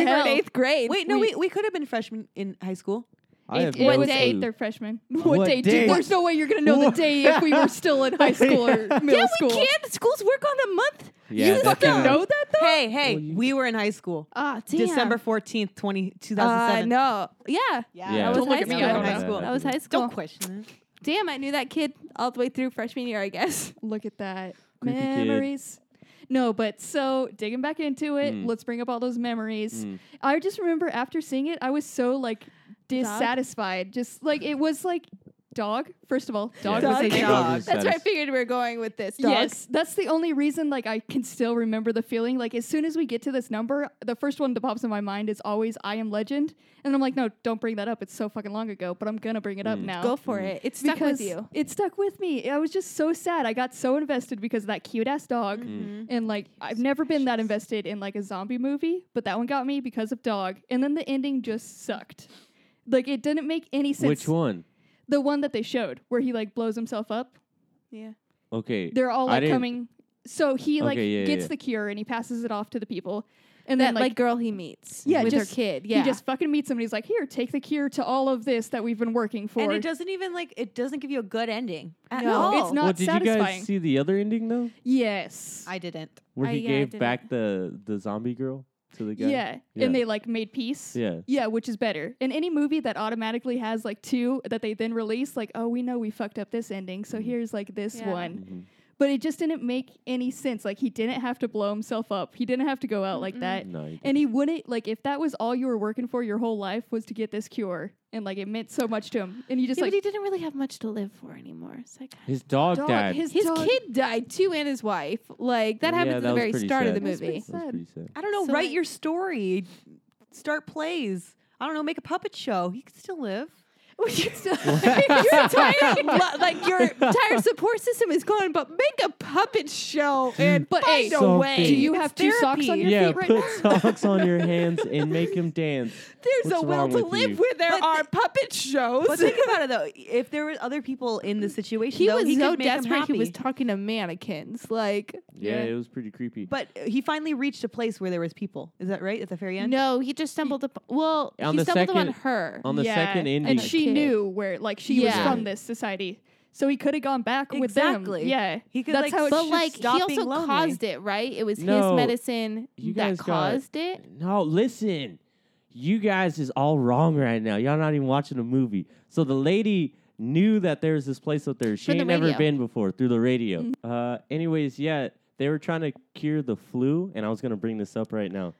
Speaker 1: we were
Speaker 4: hell.
Speaker 1: in eighth grade.
Speaker 2: wait, no, we, we could have been freshmen in high school.
Speaker 3: I
Speaker 4: Eighth-
Speaker 3: have
Speaker 4: what
Speaker 3: no
Speaker 4: day?
Speaker 3: clue.
Speaker 4: They're freshmen. What,
Speaker 3: What
Speaker 4: day?
Speaker 3: day?
Speaker 4: Dude, there's no way you're gonna know the
Speaker 3: What?
Speaker 4: day if we were still in high school or middle
Speaker 1: yeah,
Speaker 4: school.
Speaker 1: we can. Schools work on the month.
Speaker 3: Yeah,
Speaker 1: you
Speaker 3: that
Speaker 1: fucking
Speaker 3: kinda- Mm.
Speaker 1: know that though.
Speaker 2: Hey, hey,
Speaker 3: Well, you-
Speaker 2: we were in high school.
Speaker 1: Ah, damn.
Speaker 2: December 14th, 20,
Speaker 1: Uh,
Speaker 2: 2007.
Speaker 1: no. Yeah.
Speaker 2: Yeah.
Speaker 3: Yeah.
Speaker 1: That was
Speaker 4: Don't look
Speaker 1: high
Speaker 4: at me,
Speaker 1: school.
Speaker 4: I don't know.
Speaker 1: That
Speaker 3: Yeah.
Speaker 1: was high school.
Speaker 2: Don't question it.
Speaker 1: Damn, I knew that kid all the way through freshman year, I guess.
Speaker 4: Look at that.
Speaker 3: Creepy kid.
Speaker 4: memories. No, but so digging back into it,
Speaker 3: Mm.
Speaker 4: let's bring up all those memories.
Speaker 3: Mm.
Speaker 4: I just remember after seeing it, I was so like dissatisfied. Just like it was like dog. First of all, dog
Speaker 3: Yeah.
Speaker 4: was a
Speaker 2: Dog.
Speaker 4: thing.
Speaker 2: Dog.
Speaker 3: is
Speaker 1: That's where I
Speaker 3: satis-
Speaker 1: figured we were going with this. Dog.
Speaker 4: Yes, that's the only reason like I can still remember the feeling. Like as soon as we get to this number, the first one that pops in my mind is always "I Am Legend," and I'm like, no, don't bring that up. It's so fucking long ago, but I'm gonna bring it up
Speaker 3: Mm.
Speaker 4: now.
Speaker 1: Go for it. It's stuck
Speaker 4: because
Speaker 1: with you.
Speaker 4: It stuck with me. I was just so sad. I got so invested because of that cute ass dog. And like I've never been that invested in like a zombie movie, but that one got me because of dog. And then the ending just sucked. Like it didn't make any sense.
Speaker 3: Which one?
Speaker 4: The one that they showed where he like blows himself up.
Speaker 1: Yeah.
Speaker 3: Okay.
Speaker 4: They're all
Speaker 3: I
Speaker 4: like
Speaker 3: didn't-
Speaker 4: coming. So he like
Speaker 3: Okay, yeah,
Speaker 4: gets
Speaker 3: yeah.
Speaker 4: the cure and he passes it off to the people. And
Speaker 1: That
Speaker 4: then
Speaker 1: like
Speaker 4: like,
Speaker 1: girl he meets.
Speaker 4: Yeah,
Speaker 1: With
Speaker 4: just-
Speaker 1: her kid. Yeah.
Speaker 4: he just fucking meets him and he's like, "Here, take the cure to all of this that we've been working for."
Speaker 2: And it doesn't even like it doesn't give you a good ending at
Speaker 1: No.
Speaker 2: all.
Speaker 4: It's not
Speaker 3: Well, did you
Speaker 4: satisfying.
Speaker 3: guys see the other ending though,
Speaker 4: yes.
Speaker 2: I didn't.
Speaker 3: where
Speaker 1: I-
Speaker 3: he
Speaker 1: yeah, I
Speaker 3: gave
Speaker 1: didn't.
Speaker 3: back the the zombie girl to the guy?
Speaker 4: Yeah.
Speaker 3: Yeah.
Speaker 4: And they like made peace.
Speaker 3: Yeah.
Speaker 4: Yeah, which is better. And any movie that automatically has
Speaker 1: Mm.
Speaker 4: like two that they then release, like, oh, we know we fucked up this ending, so here's like this
Speaker 1: Yeah.
Speaker 4: one.
Speaker 3: Mhm.
Speaker 4: but it just didn't make any sense. Like he didn't have to blow himself up. He didn't have to go out like that.
Speaker 3: No, you
Speaker 4: And he wouldn't like if that was all you were working for your whole life was to get this cure and like it meant so much to him. And you just
Speaker 1: Yeah,
Speaker 4: like
Speaker 1: but he didn't really have much to live for anymore. It's like
Speaker 3: his dog,
Speaker 4: dog,
Speaker 3: died.
Speaker 4: his,
Speaker 1: his
Speaker 4: dog-
Speaker 1: kid died too, and his wife. Like that
Speaker 3: Yeah,
Speaker 1: happens
Speaker 3: that
Speaker 1: at the
Speaker 3: was
Speaker 1: very
Speaker 3: pretty
Speaker 1: start of the
Speaker 3: sad.
Speaker 4: That's pretty
Speaker 1: movie.
Speaker 3: That was pretty sad.
Speaker 2: I don't know.
Speaker 1: So,
Speaker 2: write
Speaker 1: like-
Speaker 2: your story. Start plays. I don't know. Make a puppet show. He could still live.
Speaker 1: your entire lo- like your entire support system is gone, but make a puppet show and
Speaker 4: But, hey,
Speaker 1: find a way.
Speaker 3: something.
Speaker 4: Do you
Speaker 2: It's
Speaker 4: have two socks on
Speaker 2: therapy.
Speaker 4: your
Speaker 3: Yeah,
Speaker 4: feet right
Speaker 3: put
Speaker 4: now?
Speaker 3: socks on your hands and make him dance.
Speaker 1: There's a
Speaker 3: What's
Speaker 1: will
Speaker 3: wrong
Speaker 1: to
Speaker 3: with
Speaker 1: live
Speaker 3: you?
Speaker 1: where there
Speaker 2: But
Speaker 1: are
Speaker 2: thi-
Speaker 1: puppet shows.
Speaker 2: But think about it though. If there were other people in the situation,
Speaker 1: he
Speaker 2: though,
Speaker 1: was
Speaker 2: he
Speaker 1: so
Speaker 2: could make 'em
Speaker 1: desperate. He was
Speaker 2: happy.
Speaker 1: talking to mannequins. Like
Speaker 3: Yeah,
Speaker 4: Yeah.
Speaker 3: it was pretty creepy.
Speaker 2: but he finally reached a place where there was people. Is that right? At the very end.
Speaker 1: no, he just stumbled upon. Well,
Speaker 3: On
Speaker 1: he
Speaker 3: the
Speaker 1: stumbled upon
Speaker 3: second-
Speaker 1: her.
Speaker 3: on the
Speaker 4: Yeah,
Speaker 3: second ending,
Speaker 4: and she
Speaker 1: kid.
Speaker 4: knew where like she
Speaker 1: Yeah.
Speaker 4: was from this society, so he could have gone back with them.
Speaker 2: Exactly.
Speaker 4: Yeah,
Speaker 2: He could,
Speaker 4: That's
Speaker 2: like,
Speaker 4: how it
Speaker 1: but
Speaker 4: should
Speaker 1: like he
Speaker 2: stop being
Speaker 1: also
Speaker 2: lonely.
Speaker 1: caused it, right? It was
Speaker 3: No,
Speaker 1: his medicine
Speaker 3: you
Speaker 1: that
Speaker 3: guys got-
Speaker 1: caused it.
Speaker 3: no, listen, you guys is all wrong right now. Y'all not even watching a movie. So the lady knew that there was this place up there. She
Speaker 1: From the
Speaker 3: ain't never
Speaker 1: radio. Mm-hmm.
Speaker 3: been before through the radio. Uh, anyways, yeah, they were trying to cure the flu, and I was gonna bring this up right now.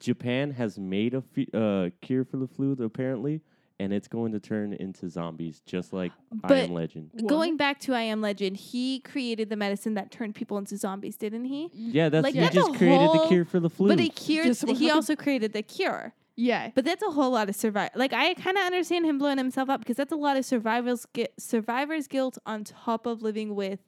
Speaker 3: Japan has made a fu- uh, cure for the flu, apparently, and it's going to turn into zombies, just like I
Speaker 1: But-
Speaker 3: Am Legend.
Speaker 4: What?
Speaker 1: Going back to I Am Legend, he created the medicine that turned people into zombies, didn't he?
Speaker 3: Yeah, that's
Speaker 1: Like,
Speaker 3: he
Speaker 1: that's a
Speaker 3: just created the
Speaker 1: whole-
Speaker 3: cure for the flu.
Speaker 1: But he cured.
Speaker 4: Just what
Speaker 1: He
Speaker 4: happened-
Speaker 1: also created the cure.
Speaker 4: Yeah,
Speaker 1: But that's a whole lot of survival. Like I kind of understand him blowing himself up because that's a lot of survivor's gu- survivor's guilt on top of living with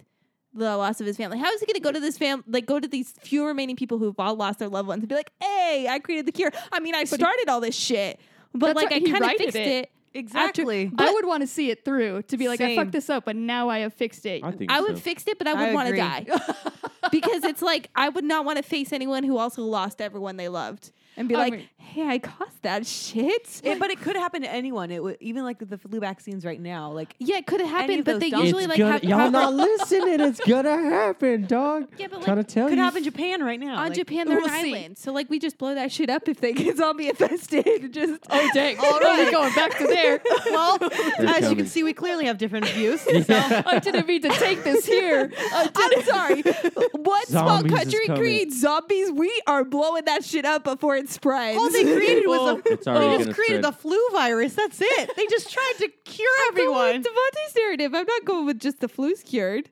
Speaker 1: the loss of his family. How is he going to go to this fam like go to these few remaining people who've all lost their loved ones and be like, "Hey, I created the cure. I mean, I started all this shit, but
Speaker 4: That's
Speaker 1: like
Speaker 4: what-
Speaker 1: I
Speaker 4: he
Speaker 1: kind of
Speaker 4: righted
Speaker 1: fixed it."
Speaker 4: it.
Speaker 2: Exactly.
Speaker 4: I would want to see it through to be like, I
Speaker 2: Same.
Speaker 4: fucked this up, but now I have fixed it.
Speaker 3: I think
Speaker 1: I
Speaker 3: so.
Speaker 1: would fix it, but I would
Speaker 2: I
Speaker 1: want to
Speaker 2: agree.
Speaker 1: die because it's like I would not want to face anyone who also lost everyone they loved and be
Speaker 4: I
Speaker 1: like,
Speaker 4: mean-
Speaker 1: "Hey, I caused that shit."
Speaker 2: It- but it could happen to anyone. It would even like the flu vaccines right now. Like
Speaker 1: yeah, it could have
Speaker 2: Any
Speaker 1: happened,
Speaker 2: of
Speaker 1: but
Speaker 2: those
Speaker 1: they
Speaker 2: dogs.
Speaker 1: usually
Speaker 3: It's
Speaker 1: like
Speaker 3: gonna-
Speaker 1: have,
Speaker 3: y'all
Speaker 1: have
Speaker 3: not listening. It's gonna happen, dog.
Speaker 1: Yeah, but,
Speaker 3: trying
Speaker 1: like,
Speaker 3: to tell
Speaker 2: could
Speaker 3: you.
Speaker 2: happen in Japan right now.
Speaker 1: on
Speaker 2: like-
Speaker 1: Japan, they're
Speaker 4: we'll
Speaker 1: an
Speaker 4: see.
Speaker 1: island. So like we just blow that shit up if they get zombie infested. just
Speaker 4: Oh dang! All right, we're going back to there.
Speaker 2: well, as you
Speaker 3: coming.
Speaker 2: can see, we clearly have different views.
Speaker 4: I didn't mean to take this here. Oh, I did-
Speaker 1: I'm sorry. One small
Speaker 3: Zombies is
Speaker 1: country
Speaker 3: coming.
Speaker 1: creates zombies. We are blowing that shit up before it spreads.
Speaker 2: All they created was
Speaker 4: Well,
Speaker 2: a,
Speaker 3: it's already
Speaker 2: they
Speaker 3: gonna
Speaker 2: just created
Speaker 3: spread.
Speaker 2: the flu virus. That's it. They just tried to cure
Speaker 1: Everyone,
Speaker 2: everyone.
Speaker 1: Devontae's narrative. I'm not going with just the flu's cured.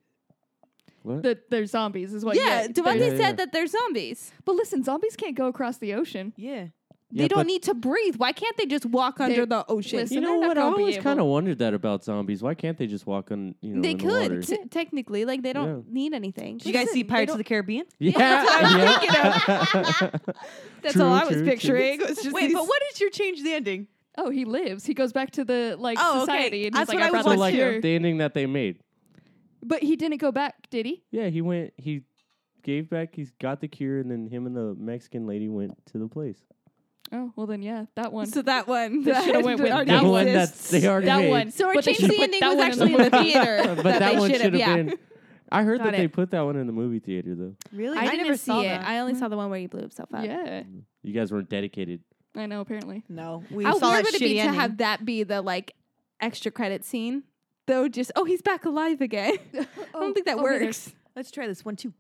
Speaker 3: What?
Speaker 4: that they're zombies is what.
Speaker 1: yeah, Devontae
Speaker 4: they're-
Speaker 3: yeah,
Speaker 1: said
Speaker 3: yeah.
Speaker 1: that they're zombies.
Speaker 4: But listen, zombies can't go across the ocean.
Speaker 2: Yeah.
Speaker 3: Yeah,
Speaker 1: they don't
Speaker 3: but-
Speaker 1: need to breathe. Why can't they just walk under the ocean?
Speaker 4: listen,
Speaker 3: You
Speaker 4: so
Speaker 3: know
Speaker 4: they're not
Speaker 3: what? I
Speaker 4: gonna be
Speaker 3: always
Speaker 4: able-
Speaker 3: kind of wondered that about zombies. Why can't they just walk on? You know,
Speaker 1: they
Speaker 3: in the water?
Speaker 1: could t- technically. Like they don't
Speaker 3: Yeah.
Speaker 1: need anything.
Speaker 2: Did you guys
Speaker 4: Listen,
Speaker 2: see
Speaker 4: they
Speaker 2: Pirates of
Speaker 4: don't-
Speaker 2: the Caribbean?
Speaker 3: yeah.
Speaker 1: That's
Speaker 3: True,
Speaker 1: all I
Speaker 3: true,
Speaker 1: was
Speaker 3: true.
Speaker 1: picturing. It was just
Speaker 2: Wait,
Speaker 1: these-
Speaker 2: but what is your change the ending?
Speaker 4: Oh, he lives. He goes back to the like
Speaker 2: Oh, okay.
Speaker 4: society, and he's
Speaker 2: That's
Speaker 4: like,
Speaker 2: what
Speaker 4: I
Speaker 2: I was
Speaker 4: brought
Speaker 3: so
Speaker 4: this
Speaker 3: like
Speaker 4: here.
Speaker 3: the ending that they made.
Speaker 4: But he didn't go back, did he?
Speaker 3: Yeah, he went. He gave back. He got the cure, and then him and the Mexican lady went to the place.
Speaker 4: Oh, well then, yeah, that one.
Speaker 1: So that one.
Speaker 4: They shoulda went with
Speaker 1: already
Speaker 4: that
Speaker 3: the
Speaker 4: one.
Speaker 3: one that
Speaker 1: exists.
Speaker 3: they already
Speaker 4: that
Speaker 3: made.
Speaker 4: one.
Speaker 1: So our
Speaker 4: But they
Speaker 1: change
Speaker 4: should've
Speaker 1: the
Speaker 4: put
Speaker 1: ending
Speaker 4: that
Speaker 1: was
Speaker 4: one in
Speaker 1: actually in the
Speaker 4: movie.
Speaker 1: theater.
Speaker 3: but
Speaker 1: that,
Speaker 3: that,
Speaker 1: they
Speaker 3: one
Speaker 1: should
Speaker 3: should
Speaker 1: have. Yeah.
Speaker 3: been. I heard
Speaker 1: Got
Speaker 3: that they
Speaker 1: it.
Speaker 3: put that one in the movie theater though.
Speaker 2: Really?
Speaker 1: I, didn't
Speaker 2: never
Speaker 1: see
Speaker 2: saw
Speaker 1: it.
Speaker 2: that.
Speaker 1: I only saw Mm. the one where he blew himself up.
Speaker 4: Yeah,
Speaker 3: You guys weren't dedicated.
Speaker 4: I know. Apparently,
Speaker 2: no. We
Speaker 1: How
Speaker 2: saw
Speaker 1: weird
Speaker 2: that
Speaker 1: would it be
Speaker 2: shitty
Speaker 1: to
Speaker 2: ending.
Speaker 1: have that be the like extra credit scene? Though just oh he's back alive again. I don't think that
Speaker 4: oh, neither.
Speaker 1: works.
Speaker 2: Let's try this one too.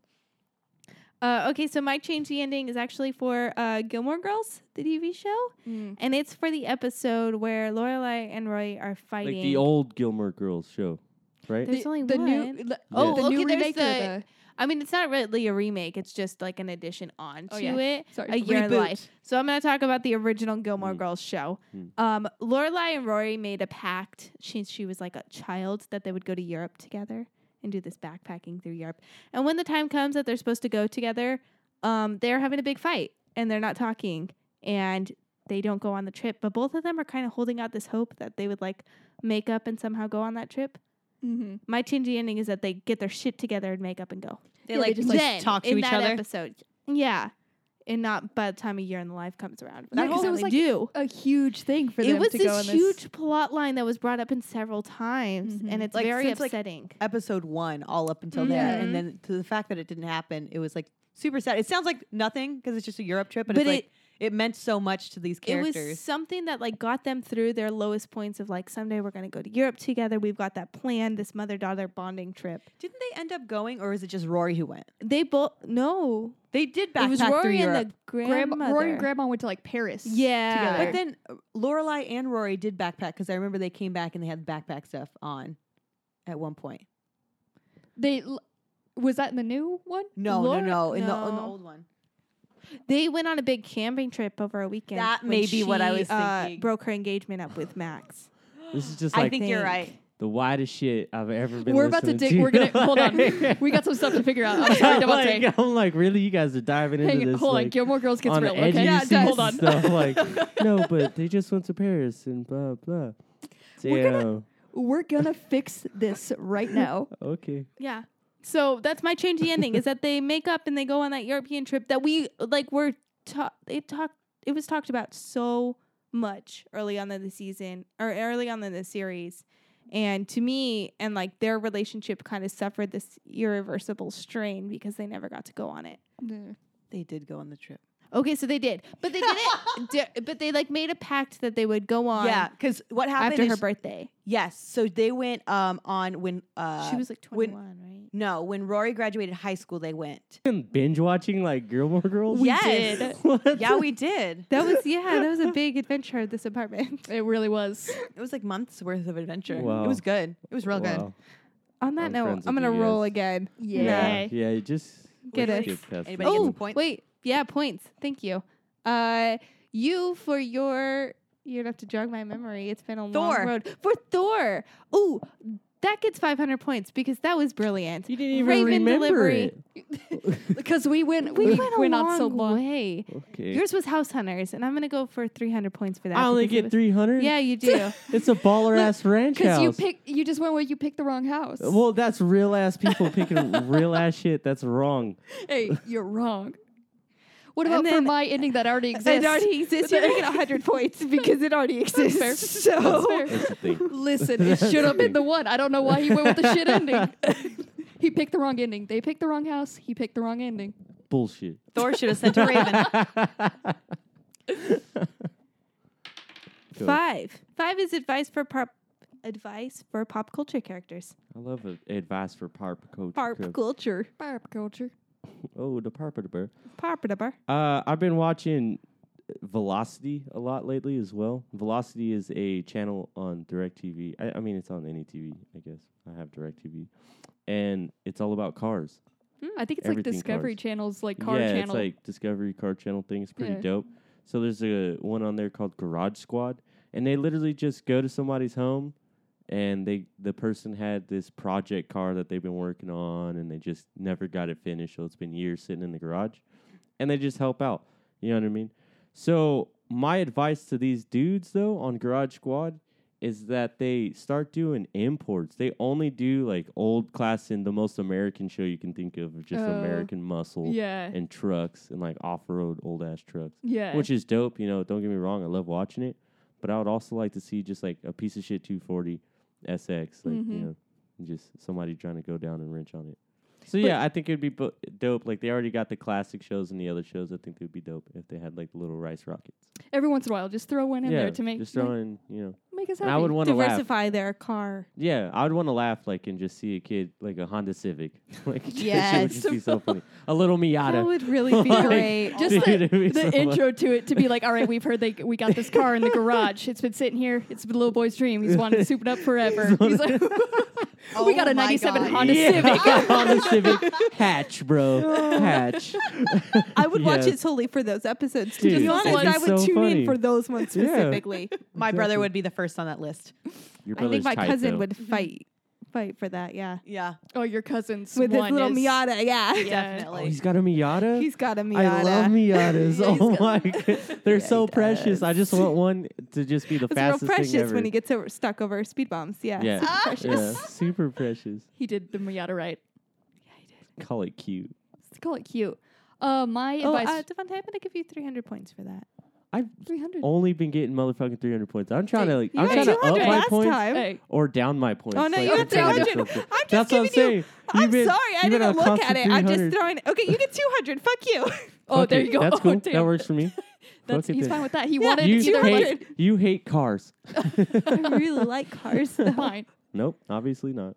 Speaker 1: Uh, okay, so my change the ending is actually for uh, Gilmore Girls, the TV show,
Speaker 4: Mm.
Speaker 1: and it's for the episode where Lorelai and Roy are fighting.
Speaker 3: Like the old Gilmore Girls show, right?
Speaker 1: There's
Speaker 4: The-
Speaker 1: only
Speaker 4: the
Speaker 1: one.
Speaker 4: New, the,
Speaker 1: Oh,
Speaker 4: the
Speaker 1: okay,
Speaker 4: new
Speaker 1: there's
Speaker 4: remake or
Speaker 1: the-
Speaker 4: the,
Speaker 1: I mean, it's not really a remake; it's just like an addition onto
Speaker 4: Oh, yeah.
Speaker 1: it.
Speaker 4: sorry.
Speaker 1: a year in
Speaker 2: Reboot.
Speaker 1: life. So I'm going to talk about the original Gilmore
Speaker 3: Mm.
Speaker 1: Girls show.
Speaker 3: Mm.
Speaker 1: Um, Lorelai and Rory made a pact since she was like a child that they would go to Europe together and do this backpacking through Europe. And when the time comes that they're supposed to go together, um, they're having a big fight and they're not talking and they don't go on the trip. But both of them are kind of holding out this hope that they would like make up and somehow go on that trip.
Speaker 4: Mhm.
Speaker 1: My changey ending is that they get their shit together and make up and go
Speaker 2: They
Speaker 4: Yeah,
Speaker 2: like
Speaker 4: they
Speaker 2: just
Speaker 4: just, like,
Speaker 1: then,
Speaker 2: talk to
Speaker 1: in
Speaker 2: each
Speaker 1: that
Speaker 2: other.
Speaker 1: Episode, yeah, and not by the time a year in the life comes around. But
Speaker 4: Yeah,
Speaker 1: I
Speaker 4: 'cause
Speaker 1: hope
Speaker 4: it was
Speaker 1: they
Speaker 4: like
Speaker 1: do.
Speaker 4: a huge thing for
Speaker 1: It
Speaker 4: them
Speaker 1: was
Speaker 4: to go
Speaker 1: this Mm-hmm.
Speaker 4: on
Speaker 1: huge plot line that was brought up in several times, and
Speaker 4: Mhm.
Speaker 1: it's
Speaker 2: Like,
Speaker 1: very
Speaker 2: since, like,
Speaker 1: upsetting.
Speaker 2: Episode one, all up until there,
Speaker 1: Mhm.
Speaker 2: and then to the fact that it didn't happen, it was like super sad. It sounds like nothing because it's just a Europe trip, but,
Speaker 1: but
Speaker 2: it's like
Speaker 1: it
Speaker 2: It meant so much to these characters.
Speaker 1: It was something that like got them through their lowest points of like someday we're gonna go to Europe together. We've got that plan, this mother daughter bonding trip.
Speaker 2: Didn't they end up going, or is it just Rory who went?
Speaker 1: They both no.
Speaker 2: They did
Speaker 1: it
Speaker 2: backpack
Speaker 1: was
Speaker 2: through
Speaker 1: Rory
Speaker 2: Europe.
Speaker 1: and the grandmother.
Speaker 4: Grandma, Rory and Grandma went to like Paris.
Speaker 1: Yeah.
Speaker 4: together.
Speaker 2: but then uh, Lorelai and Rory did backpack because I remember they came back and they had backpack stuff on at one point.
Speaker 4: They l- was that in the new one?
Speaker 2: No,
Speaker 1: Lore-
Speaker 2: no, no, in the in the
Speaker 1: no.
Speaker 2: old one.
Speaker 1: They went on a big camping trip over a weekend.
Speaker 2: That
Speaker 1: when
Speaker 2: may be what I
Speaker 1: she,
Speaker 2: was
Speaker 1: uh,
Speaker 2: thinking.
Speaker 1: broke her engagement up with Max.
Speaker 3: This is just
Speaker 2: I
Speaker 3: like
Speaker 2: think you're
Speaker 1: think.
Speaker 2: right.
Speaker 3: the widest shit I've ever been.
Speaker 4: We're about to
Speaker 3: listening
Speaker 4: dig. We're gonna hold on.
Speaker 3: Like-
Speaker 4: We got some stuff to figure out. I'm sorry,
Speaker 3: I'm
Speaker 4: Devontae.
Speaker 3: like, I'm like, really? You guys are diving into
Speaker 4: Hang,
Speaker 3: Oh this?
Speaker 4: hold on.
Speaker 3: like,
Speaker 4: Gilmore Girls gets
Speaker 3: on
Speaker 4: real.
Speaker 3: the edge,
Speaker 4: Okay,
Speaker 3: you
Speaker 4: yeah,
Speaker 3: see
Speaker 4: it
Speaker 3: some
Speaker 4: does. Hold on.
Speaker 3: stuff like, no, but they just went to Paris and blah blah.
Speaker 4: We're gonna-
Speaker 3: Damn.
Speaker 4: We're gonna fix this right now.
Speaker 3: Okay.
Speaker 1: Yeah. So that's my change the ending is that they make up and they go on that European trip that we like were ta- it talked it was talked about so much early on in the season or early on in the series. And to me and like their relationship kind of suffered this irreversible strain because they never got to go on it.
Speaker 2: They did go on the trip.
Speaker 1: Okay, so they did. But they didn't di- but they like made a pact that they would go on
Speaker 2: Yeah, because what happened
Speaker 1: after her
Speaker 2: is-
Speaker 1: birthday.
Speaker 2: Yes, so they went um on when uh
Speaker 1: she was like
Speaker 2: when-
Speaker 1: 21, right?
Speaker 2: no when Rory graduated high school. They went.
Speaker 3: And binge watching like Gilmore Girls.
Speaker 2: We Yes. did.
Speaker 3: What?
Speaker 2: yeah, we did.
Speaker 1: That was yeah, that was a big adventure at this apartment.
Speaker 4: It really was.
Speaker 2: It was like months worth of adventure.
Speaker 3: Wow.
Speaker 2: It was good. It was real good.
Speaker 3: Wow.
Speaker 1: On that
Speaker 3: I'm
Speaker 1: note,
Speaker 3: friends
Speaker 1: I'm
Speaker 3: with
Speaker 1: gonna
Speaker 3: you
Speaker 1: roll
Speaker 3: guys.
Speaker 1: again.
Speaker 3: Yeah.
Speaker 1: Yay.
Speaker 3: Yeah. you Just
Speaker 1: Get
Speaker 3: let's
Speaker 1: it.
Speaker 3: past
Speaker 2: Anybody
Speaker 3: that.
Speaker 2: gets
Speaker 1: Oh,
Speaker 2: a point?
Speaker 1: wait, yeah, points. Thank you. Uh, you for your you're gonna have to jog my memory. It's been a
Speaker 2: Thor.
Speaker 1: long road for Thor. Ooh, that gets 500 points because that was brilliant.
Speaker 3: You didn't even
Speaker 1: Raven
Speaker 3: remember
Speaker 1: delivery.
Speaker 3: it.
Speaker 4: Because we went.
Speaker 1: We went a
Speaker 4: we're
Speaker 1: long
Speaker 4: not so long.
Speaker 1: way.
Speaker 3: Okay.
Speaker 1: Yours was House Hunters, and I'm gonna go for 300 points for that.
Speaker 3: I only
Speaker 1: because it
Speaker 3: get
Speaker 1: was-
Speaker 3: three hundred.
Speaker 1: Yeah, you do.
Speaker 3: It's a baller ass ranch
Speaker 4: Because
Speaker 3: house.
Speaker 4: you pick. You just went where you picked the wrong house.
Speaker 3: Uh, well, that's real ass people picking real ass shit. That's wrong.
Speaker 4: hey, you're wrong. What
Speaker 1: And
Speaker 4: about for
Speaker 1: then-
Speaker 4: my ending that already
Speaker 1: it
Speaker 4: exists?
Speaker 1: already exists. You're gonna get 100 points because it already exists.
Speaker 4: fair.
Speaker 1: So.
Speaker 4: That's fair.
Speaker 3: That's the thing.
Speaker 4: Listen, it
Speaker 3: That's
Speaker 4: should have
Speaker 3: me.
Speaker 4: been the one. I don't know why he went with the shit ending. he picked the wrong ending. They picked the wrong house. He picked the wrong ending.
Speaker 3: Bullshit.
Speaker 2: Thor should have sent a raven.
Speaker 3: Cool.
Speaker 1: Five. Five is advice for pop advice for pop culture characters.
Speaker 3: I love a- advice for parp coach.
Speaker 1: Pop culture.
Speaker 4: Barb culture.
Speaker 3: Oh, the parpiter.
Speaker 1: Pop
Speaker 3: Uh, I've been watching Velocity a lot lately as well. Velocity is a channel on DirecTV. I, I mean, it's on any TV, I guess. I have DirecTV, and it's all about cars.
Speaker 4: Hmm, I think it's
Speaker 3: Everything
Speaker 4: like Discovery
Speaker 3: cars.
Speaker 4: Channel's like car
Speaker 3: yeah, it's
Speaker 4: channel.
Speaker 3: like Discovery Car Channel thing. It's pretty
Speaker 4: Yeah.
Speaker 3: dope. So there's a one on there called Garage Squad, and they literally just go to somebody's home, and they the person had this project car that they've been working on, and they just never got it finished. So it's been years sitting in the garage, and they just help out. You know what I mean? So my advice to these dudes though on Garage Squad is that they start doing imports. They only do like old class and the most American show you can think of, of just
Speaker 4: Oh.
Speaker 3: American muscle
Speaker 4: yeah.
Speaker 3: and trucks and like off road old ass trucks,
Speaker 4: Yeah.
Speaker 3: which is dope. You know, don't get me wrong, I love watching it, but I would also like to see just like a piece of shit 240 SX, like you
Speaker 4: Mhm.
Speaker 3: know, and just somebody trying to go down and wrench on it. So yeah, I think it'd be bo- dope. Like they already got the classic shows and the other shows. I think it would be dope if they had like the little rice rockets.
Speaker 4: Every once in a while, just throw one in
Speaker 3: yeah,
Speaker 4: there to make
Speaker 3: just throwing, you know.
Speaker 4: make, make us
Speaker 3: And
Speaker 4: happy.
Speaker 3: I would want to laugh.
Speaker 1: Diversify their car.
Speaker 3: Yeah, I would want to laugh like and just see a kid like a Honda Civic, like that shit would
Speaker 2: Yes.
Speaker 3: just be so funny. A little Miata.
Speaker 1: That would really be
Speaker 3: Like,
Speaker 1: great.
Speaker 4: just
Speaker 3: Dude,
Speaker 4: the,
Speaker 3: it'd be
Speaker 4: the
Speaker 3: so much-
Speaker 4: intro to it to be like, all right, we've heard they g- we got this car in the garage. It's been sitting here. It's been a little boy's dream. He's wanted to soup it up forever. He's like,
Speaker 2: Oh
Speaker 4: we got
Speaker 2: my
Speaker 4: a '97
Speaker 2: God.
Speaker 4: Honda Civic.
Speaker 3: Honda Civic. Hatch, bro. Hatch.
Speaker 1: I would watch
Speaker 3: Yes.
Speaker 1: it solely for those episodes. To
Speaker 3: Dude,
Speaker 1: be honest,
Speaker 4: it'd be
Speaker 1: I would
Speaker 3: so
Speaker 1: tune
Speaker 3: funny.
Speaker 1: in for those ones
Speaker 3: Yeah.
Speaker 1: specifically.
Speaker 2: My
Speaker 3: Exactly.
Speaker 2: brother would be the first on that list.
Speaker 1: I
Speaker 3: Your
Speaker 1: think
Speaker 3: brother's
Speaker 1: my
Speaker 3: tight,
Speaker 1: cousin
Speaker 3: though.
Speaker 1: would fight fight for that. Yeah,
Speaker 2: Yeah,
Speaker 4: Oh, your cousin's
Speaker 1: with his
Speaker 4: one
Speaker 1: little
Speaker 4: is-
Speaker 1: Miata. Yeah,
Speaker 4: Yeah.
Speaker 3: Oh,
Speaker 2: definitely.
Speaker 3: he's got a Miata?
Speaker 1: he's got a Miata.
Speaker 3: I love Miatas.
Speaker 4: Yeah, he's
Speaker 3: oh
Speaker 4: got-
Speaker 3: my god. They're so precious. I just want one to just be the
Speaker 1: It's real
Speaker 3: fastest thing
Speaker 1: precious
Speaker 3: ever.
Speaker 1: when he gets over, stuck over speed bumps. Yeah,
Speaker 3: yeah. yeah. Super precious.
Speaker 4: He did the Miata right.
Speaker 3: Call it cute.
Speaker 4: Let's call it cute. Uh, my
Speaker 1: Oh, uh,
Speaker 4: advice:
Speaker 1: Devontae, I'm gonna give you 300 points for that.
Speaker 3: I've
Speaker 4: 300.
Speaker 3: only been getting motherfucking 300 points. I'm trying to like,
Speaker 1: You
Speaker 3: I'm
Speaker 1: got
Speaker 3: trying to up
Speaker 1: 200
Speaker 3: my
Speaker 1: last
Speaker 3: points
Speaker 1: time.
Speaker 4: Hey,
Speaker 3: or down my points.
Speaker 1: Oh, no,
Speaker 3: Like,
Speaker 1: you
Speaker 3: I'm
Speaker 1: got
Speaker 3: trying to get
Speaker 1: 300.
Speaker 3: something.
Speaker 1: I'm just
Speaker 3: That's what I'm
Speaker 1: giving you-
Speaker 3: saying.
Speaker 1: I'm
Speaker 3: You've been-
Speaker 1: sorry, I
Speaker 3: you've been
Speaker 1: didn't
Speaker 3: on
Speaker 1: look at
Speaker 3: constant
Speaker 1: it. I'm
Speaker 3: 300.
Speaker 1: just throwing. Okay, you get 200. Fuck you.
Speaker 4: oh,
Speaker 3: Fuck
Speaker 4: there
Speaker 3: it.
Speaker 4: you go.
Speaker 3: That's
Speaker 4: Oh,
Speaker 3: cool.
Speaker 4: damn.
Speaker 3: that works for me.
Speaker 4: That's,
Speaker 3: Fuck it
Speaker 4: he's
Speaker 3: then.
Speaker 4: fine with that. He
Speaker 1: Yeah,
Speaker 4: wanted
Speaker 3: you
Speaker 4: either
Speaker 3: hate you hate cars.
Speaker 1: I really like cars. though.
Speaker 4: fine.
Speaker 3: nope, obviously not.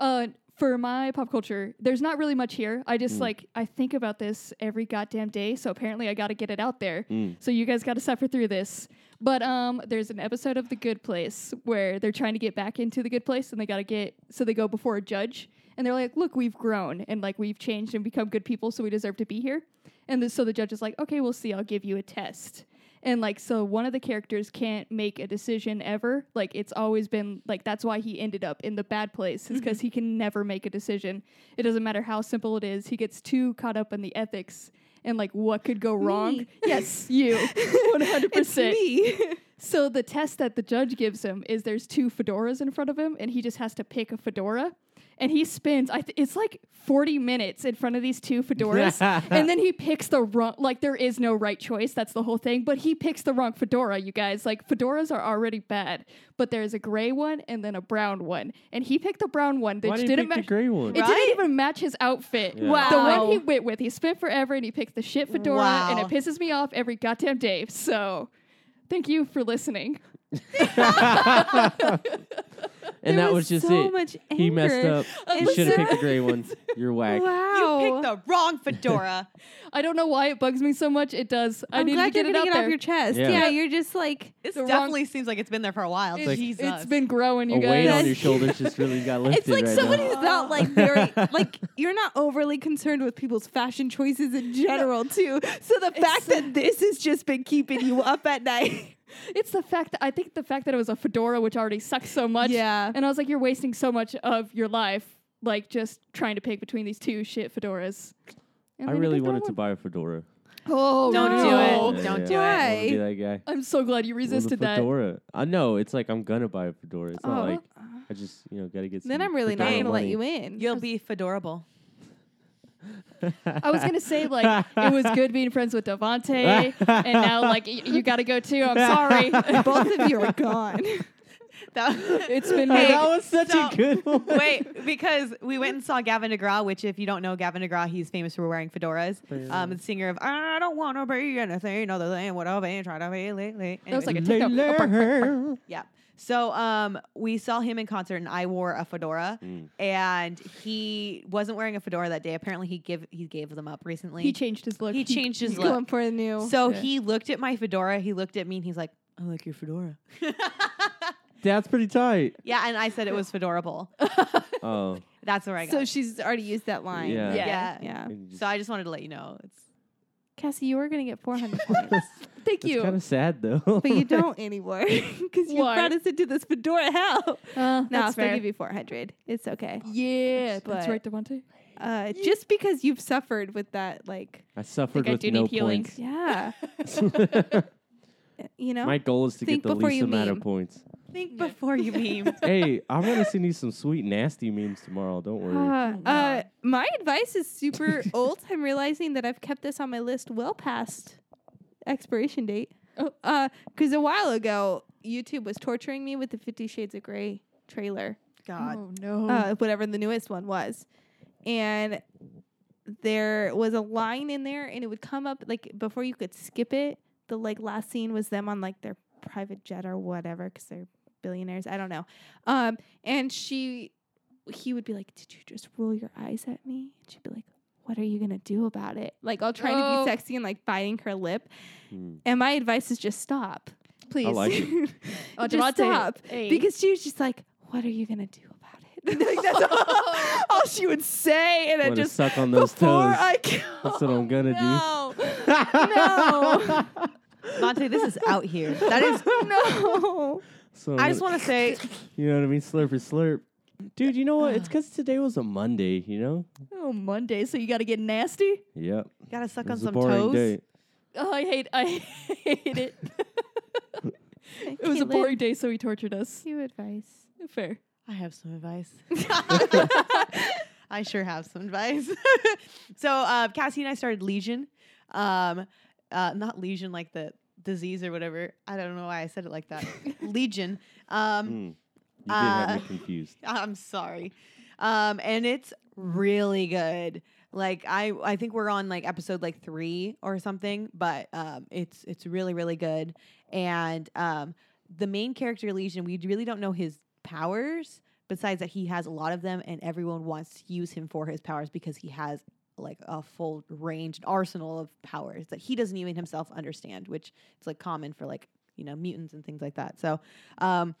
Speaker 4: Uh, for my pop culture, there's not really much here. I just
Speaker 3: Mm.
Speaker 4: like I think about this every goddamn day, so apparently I got to get it out there.
Speaker 3: Mm.
Speaker 4: So you guys got to suffer through this. But um, there's an episode of The Good Place where they're trying to get back into The Good Place, and they got to get so they go before a judge, and they're like, "Look, we've grown and like we've changed and become good people, so we deserve to be here." And the, so the judge is like, "Okay, we'll see. I'll give you a test." And like so, one of the characters can't make a decision ever. Like it's always been like that's why he ended up in the bad place is
Speaker 1: Mm-hmm.
Speaker 4: because he can never make a decision. It doesn't matter how simple it is. He gets too caught up in the ethics and like what could go wrong.
Speaker 1: Me.
Speaker 4: Yes, you, one hundred
Speaker 1: It's
Speaker 4: percent.
Speaker 1: me.
Speaker 4: So the test that the judge gives him is there's two fedoras in front of him, and he just has to pick a fedora. And he spins. I th- it's like 40 minutes in front of these two fedoras, and then he picks the wrong. Like there is no right choice. That's the whole thing. But he picks the wrong fedora. You guys, like fedoras are already bad, but there's a gray one and then a brown one, and he picked the brown one. That
Speaker 3: Why did you
Speaker 4: didn't
Speaker 3: pick the
Speaker 4: match.
Speaker 3: gray one?
Speaker 4: It
Speaker 2: Right?
Speaker 4: didn't even match his outfit.
Speaker 3: Yeah.
Speaker 4: The
Speaker 2: Wow.
Speaker 4: one he went with, he spent forever and he picked the shit fedora, and
Speaker 2: Wow.
Speaker 4: it pisses me off every goddamn day. So thank you for listening.
Speaker 1: There
Speaker 3: and that
Speaker 1: was
Speaker 3: was just
Speaker 1: so
Speaker 3: it.
Speaker 1: much
Speaker 3: He messed
Speaker 1: anger.
Speaker 3: up.
Speaker 1: And
Speaker 3: You should
Speaker 1: so-
Speaker 3: have picked the gray one. You're whack.
Speaker 4: Oh.
Speaker 1: Wow.
Speaker 2: You picked the wrong fedora.
Speaker 4: I don't know why it bugs me so much. It does. I
Speaker 1: I'm
Speaker 4: need
Speaker 1: glad
Speaker 4: to get
Speaker 1: you're
Speaker 4: it out
Speaker 1: getting it
Speaker 4: there.
Speaker 1: off your chest.
Speaker 3: Yeah.
Speaker 1: Yeah. you're just like
Speaker 2: this
Speaker 4: The wrong-
Speaker 2: definitely seems like it's been there for a while.
Speaker 4: It's-
Speaker 2: Jesus.
Speaker 4: it's been growing, you
Speaker 3: a
Speaker 4: guys.
Speaker 3: weight on your shoulders just really got lifted
Speaker 1: it's like
Speaker 3: right
Speaker 1: someone
Speaker 3: now.
Speaker 1: who's not like very like you're not overly concerned with people's fashion choices in general too. So the fact that this has just been keeping you up at night.
Speaker 4: it's the fact that I think the fact that it was a fedora, which already sucks so much.
Speaker 1: Yeah.
Speaker 4: And I was like, you're wasting so much of your life, like just trying to pick between these two shit fedoras. And
Speaker 3: I
Speaker 4: then you
Speaker 3: really
Speaker 4: picked the
Speaker 3: wanted to
Speaker 4: wrong
Speaker 3: buy a fedora.
Speaker 4: one. Oh,
Speaker 2: Don't
Speaker 1: No.
Speaker 2: do
Speaker 3: Yeah,
Speaker 2: it. Don't
Speaker 3: yeah.
Speaker 2: do it.
Speaker 3: I wanna be
Speaker 1: Why?
Speaker 3: that guy.
Speaker 4: I'm so glad you
Speaker 3: well,
Speaker 4: resisted
Speaker 3: the
Speaker 4: that.
Speaker 3: fedora. I know. It's like I'm gonna buy a fedora. It's not
Speaker 4: Oh.
Speaker 3: like I just you know gotta get. Some
Speaker 1: Then I'm really not
Speaker 3: fedora
Speaker 1: gonna let
Speaker 3: money.
Speaker 1: you in.
Speaker 2: You'll be fedorable.
Speaker 4: I was gonna say like it was good being friends with Devante, and now like y- you got to go too. I'm sorry.
Speaker 1: both of you are gone.
Speaker 2: That,
Speaker 4: It's been
Speaker 3: Oh,
Speaker 4: Hey,
Speaker 3: that was such
Speaker 2: so-
Speaker 3: a good one.
Speaker 2: Wait, because we went and saw Gavin DeGraw, which, if you don't know Gavin DeGraw, he's famous for wearing fedoras.
Speaker 4: Oh,
Speaker 3: Yeah.
Speaker 2: Um, the singer of I don't want to be anything other than what I've been trying to be lately.
Speaker 4: That was like a
Speaker 2: Anyways,
Speaker 4: techno.
Speaker 2: yeah. So um, we saw him in concert, and I wore a fedora,
Speaker 3: Mm.
Speaker 2: and he wasn't wearing a fedora that day. Apparently, he give he gave them up recently.
Speaker 4: He changed his look.
Speaker 2: He changed his look.
Speaker 1: Going for a new.
Speaker 2: So
Speaker 3: Yeah.
Speaker 2: he looked at my fedora. He looked at me, and he's like, "I like your fedora."
Speaker 3: That's pretty tight.
Speaker 2: yeah, and I said it was fedorable.
Speaker 3: Oh,
Speaker 2: That's where I got.
Speaker 1: so
Speaker 2: it.
Speaker 1: she's already used that line.
Speaker 3: Yeah.
Speaker 2: Yeah.
Speaker 1: Yeah.
Speaker 3: and you just-
Speaker 2: so I just wanted to let you know. It's
Speaker 1: Cassie, you were gonna get 400 points,
Speaker 4: Thank
Speaker 3: it's
Speaker 4: you.
Speaker 3: kind of sad though.
Speaker 1: but you don't anymore because you
Speaker 4: Why?
Speaker 1: brought us into this fedora hell.
Speaker 4: Uh,
Speaker 1: No, I'll
Speaker 4: that's
Speaker 1: still
Speaker 4: fair.
Speaker 1: give you 400. It's okay.
Speaker 4: Yeah, that's
Speaker 1: But-
Speaker 4: right, Devontae.
Speaker 1: Uh, just because you've suffered with that, like,
Speaker 3: I suffered
Speaker 4: I
Speaker 3: with
Speaker 4: do
Speaker 3: no
Speaker 4: need healing.
Speaker 3: points.
Speaker 1: yeah, you know,
Speaker 3: My goal is to
Speaker 1: Think
Speaker 3: get the
Speaker 1: before
Speaker 3: least
Speaker 1: you
Speaker 3: amount of
Speaker 1: meme.
Speaker 3: points.
Speaker 2: think before you beam.
Speaker 3: hey, I want to send you some sweet nasty memes tomorrow. Don't worry.
Speaker 1: Uh, uh, my advice is super old. I'm realizing that I've kept this on my list well past expiration date.
Speaker 4: Oh.
Speaker 1: Because a while ago, YouTube was torturing me with the Fifty Shades of Grey trailer,
Speaker 2: God.
Speaker 4: Oh no.
Speaker 1: uh, whatever the newest one was. And there was a line in there, and it would come up like before you could skip it. The like last scene was them on like their private jet or whatever, because they're billionaires. I don't know. Um, and she, he would be like, "Did you just roll your eyes at me?" And she'd be like, "What are you gonna do about it?" Like all trying to
Speaker 4: Oh.
Speaker 1: be sexy and like biting her lip.
Speaker 3: Hmm.
Speaker 1: And my advice is just stop, please.
Speaker 3: like it.
Speaker 4: Oh,
Speaker 1: just
Speaker 4: Devante,
Speaker 1: stop
Speaker 4: hey.
Speaker 1: because she was just like, "What are you gonna do about it?" like that's all, all she would say, and I
Speaker 3: Want to
Speaker 1: just
Speaker 3: suck on those
Speaker 1: before
Speaker 3: toes.
Speaker 1: I go,
Speaker 3: That's what I'm gonna
Speaker 1: no,
Speaker 3: do.
Speaker 2: Monte, this is out here. That is.
Speaker 1: no.
Speaker 3: so
Speaker 2: I just want to say,
Speaker 3: You know what I mean? Slurp is slurp. Dude, you know what? It's because today was a Monday, you know?
Speaker 4: oh Monday, so you got to get nasty.
Speaker 3: Yep.
Speaker 2: gotta suck
Speaker 3: It
Speaker 2: on
Speaker 3: was a
Speaker 2: some
Speaker 3: boring
Speaker 2: toes.
Speaker 3: day.
Speaker 4: Oh, I hate. I hate it. it was a
Speaker 1: Caitlin,
Speaker 4: boring day, so he tortured us.
Speaker 1: You advice.
Speaker 4: Fair.
Speaker 2: I have some advice. I sure have some advice. so uh, Cassie and I started Legion. Um, uh, not Legion like the disease or whatever. I don't know why I said it like that. Legion. Um,
Speaker 3: Mm. You did have
Speaker 2: Uh,
Speaker 3: me confused.
Speaker 2: I'm sorry. Um, and it's really good. Like I I think we're on like episode like 3 or something, but um it's it's really really good. And um the main character Legion, we really don't know his powers besides that he has a lot of them and everyone wants to use him for his powers because he has like a full range and arsenal of powers that he doesn't even himself understand, which it's like common for like, you know, mutants and things like that. So, um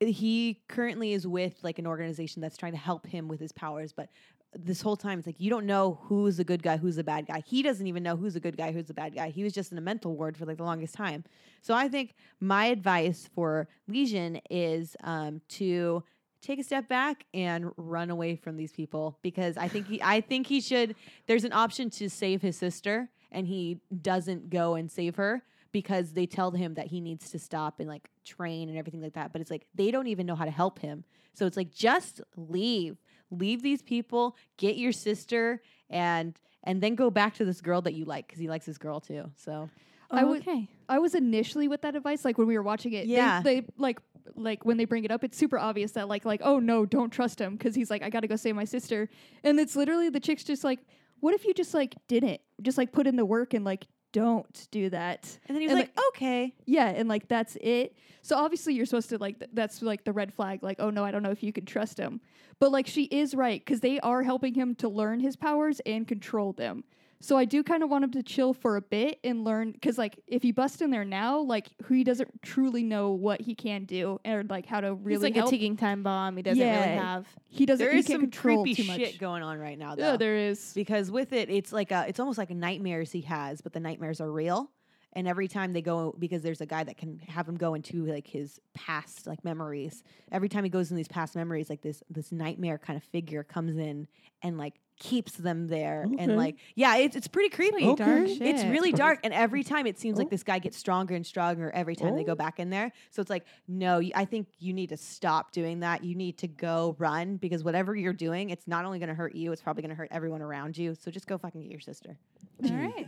Speaker 2: he currently is with like an organization that's trying to help him with his powers, but this whole time it's like you don't know who's the good guy, who's the bad guy. He doesn't even know who's the good guy, who's the bad guy. He was just in a mental ward for like the longest time. So I think my advice for Legion is um, to take a step back and run away from these people because I think he, I think he should. There's an option to save his sister, and he doesn't go and save her because they tell him that he needs to stop and like train and everything like that. But it's like they don't even know how to help him. So it's like just leave, leave these people, get your sister, and and then go back to this girl that you like because he likes this girl too. So
Speaker 1: Oh,
Speaker 4: I would- I was initially with that advice, like when we were watching it. they-
Speaker 2: Yeah.
Speaker 4: They, like like when they bring it up, it's super obvious that like like oh no, don't trust him because he's like I gotta go save my sister, and it's literally the chick's just like, what if you just like did it, just like put in the work and like don't do that.
Speaker 2: and then he was
Speaker 4: And,
Speaker 2: like, okay,
Speaker 4: Yeah, and like that's it. So obviously you're supposed to like th- that's like the red flag like oh no, I don't know if you can trust him. But like she is right cuz they are helping him to learn his powers and control them. So I do kind of want him to chill for a bit and learn cuz like if he busts in there now, like who he doesn't truly know what he can do and like how to
Speaker 1: He's
Speaker 4: really
Speaker 1: like
Speaker 4: help.
Speaker 1: a ticking time bomb. He doesn't really
Speaker 4: Yeah.
Speaker 1: have.
Speaker 4: he doesn't
Speaker 2: there
Speaker 4: he
Speaker 2: is
Speaker 4: can't
Speaker 2: some
Speaker 4: control
Speaker 2: creepy
Speaker 4: too much.
Speaker 2: shit going on right now. Though.
Speaker 4: yeah, there is.
Speaker 2: because with it it's like a it's almost like nightmares he has but the nightmares are real and every time they go because there's a guy that can have him go into like his past like memories every time he goes in these past memories like this this nightmare kind of figure comes in and like keeps them there
Speaker 3: Okay.
Speaker 2: and like yeah it's, it's pretty creepy
Speaker 3: Okay. dark
Speaker 2: it's
Speaker 1: shit.
Speaker 2: really dark and every time it seems
Speaker 3: Oh.
Speaker 2: like this guy gets stronger and stronger every time they
Speaker 3: Oh.
Speaker 2: go back in there so it's like no you- i think you need to stop doing that you need to go run because whatever you're doing it's not only going to hurt you it's probably going to hurt everyone around you so just go fucking get your sister
Speaker 1: All right.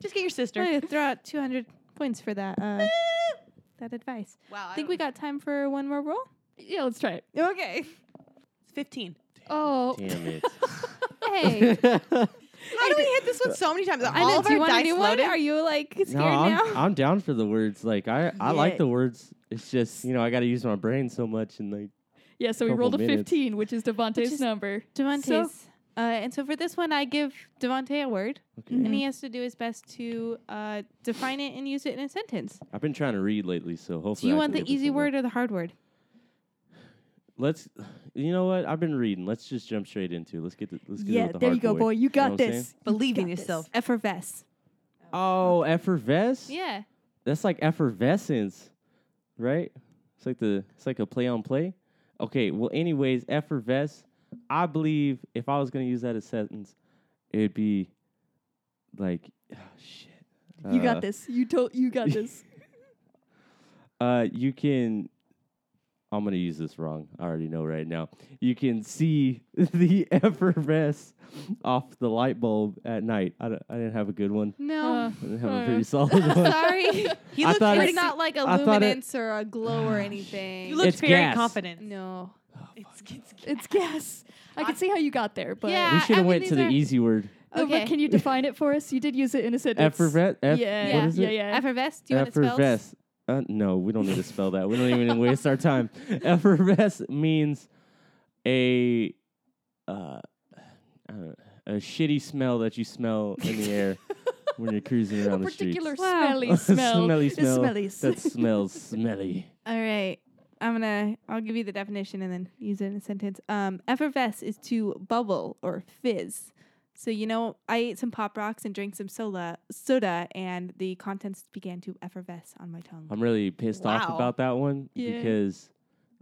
Speaker 2: just get your sister
Speaker 1: I'm gonna throw out 200 points for that. Uh, that advice.
Speaker 2: wow
Speaker 1: I think we got time for one more roll.
Speaker 4: Yeah, let's try it.
Speaker 1: Okay.
Speaker 2: 15
Speaker 4: Oh,
Speaker 3: Damn it.
Speaker 1: Hey.
Speaker 2: how do we hit this one so many times
Speaker 1: I know. Do you want a new one? Are you like scared
Speaker 3: no,
Speaker 1: now?
Speaker 3: I'm, I'm down for the words. Like I, I like
Speaker 2: Yeah.
Speaker 3: the words. It's just you know I got to use my brain so much and like
Speaker 4: yeah, so we
Speaker 3: Couple
Speaker 4: rolled a
Speaker 3: minutes.
Speaker 4: 15, which is Devonte's
Speaker 1: is-
Speaker 4: number.
Speaker 1: Devontae's. uh, and so for this one, I give Devontae a word,
Speaker 3: okay.
Speaker 1: and he has to do his best to uh, define it and use it in a sentence.
Speaker 3: I've been trying to read lately, so
Speaker 1: Do
Speaker 3: hopefully.
Speaker 1: you
Speaker 3: I
Speaker 1: want
Speaker 3: can
Speaker 1: the
Speaker 3: get this
Speaker 1: easy
Speaker 3: one right.
Speaker 1: word or the hard word?
Speaker 3: Let's. You know what? I've been reading. Let's just jump straight into. It. Let's get. The, let's get. it
Speaker 4: yeah,
Speaker 3: with the
Speaker 4: there
Speaker 3: hard
Speaker 4: you go, boy. You
Speaker 3: know
Speaker 4: got
Speaker 3: what I'm
Speaker 4: this.
Speaker 2: believe in
Speaker 4: got this.
Speaker 2: yourself
Speaker 1: Effervesce.
Speaker 3: Oh, effervesce.
Speaker 1: Yeah.
Speaker 3: That's like effervescence, right? It's like the it's like a play on play. Okay, well anyways, effervesce, I believe if I was gonna use that as sentence, it'd be like oh shit.
Speaker 4: You got
Speaker 3: Uh,
Speaker 4: this. You told you got this.
Speaker 3: Uh you can I'm gonna use this wrong. I already know right now. You can see the effervesce off the light bulb at night. I, don't- I didn't have a good one.
Speaker 1: No.
Speaker 3: I didn't have a
Speaker 4: Uh.
Speaker 3: pretty solid one.
Speaker 1: Sorry.
Speaker 2: he
Speaker 3: I
Speaker 2: looks
Speaker 3: thought
Speaker 2: very,
Speaker 1: it's not like a
Speaker 3: I thought it-
Speaker 1: luminance or a glow or anything.
Speaker 2: you looked
Speaker 3: It's
Speaker 2: very
Speaker 3: gas.
Speaker 2: confident
Speaker 1: no.
Speaker 2: It's- it's-
Speaker 4: it's gas. I can see how you got there, but
Speaker 1: Yeah.
Speaker 3: We
Speaker 1: I-
Speaker 3: should
Speaker 1: I
Speaker 3: have
Speaker 1: mean,
Speaker 3: went to
Speaker 1: these
Speaker 3: the
Speaker 1: are-
Speaker 3: easy word.
Speaker 4: No, but
Speaker 1: Okay.
Speaker 4: can you define it for us? You did use it in a sentence.
Speaker 3: Effervesce.
Speaker 4: Yeah,
Speaker 3: Eff-
Speaker 4: yeah,
Speaker 3: What is
Speaker 4: yeah,
Speaker 3: it?
Speaker 4: yeah.
Speaker 1: Effervesce. Do you want to spell?
Speaker 3: Effervesce. Uh, no, we don't need to spell that. We don't even waste our time. Effervesce means a uh, I don't know, a shitty smell that you smell in the air when you're cruising
Speaker 4: a
Speaker 3: around the
Speaker 4: particular
Speaker 3: streets.
Speaker 1: Wow.
Speaker 4: smelly
Speaker 3: A
Speaker 4: smell.
Speaker 3: smelly
Speaker 4: It's
Speaker 3: smell
Speaker 4: smelly.
Speaker 3: that smells smelly.
Speaker 1: All right. I'm gonna. I'll give you the definition and then use it in a sentence. Um, effervesce is to bubble or fizz. So you know, I ate some pop rocks and drank some soda, soda, and the contents began to effervesce on my tongue.
Speaker 3: I'm really pissed off
Speaker 2: Wow.
Speaker 3: about that one
Speaker 4: Yeah.
Speaker 3: because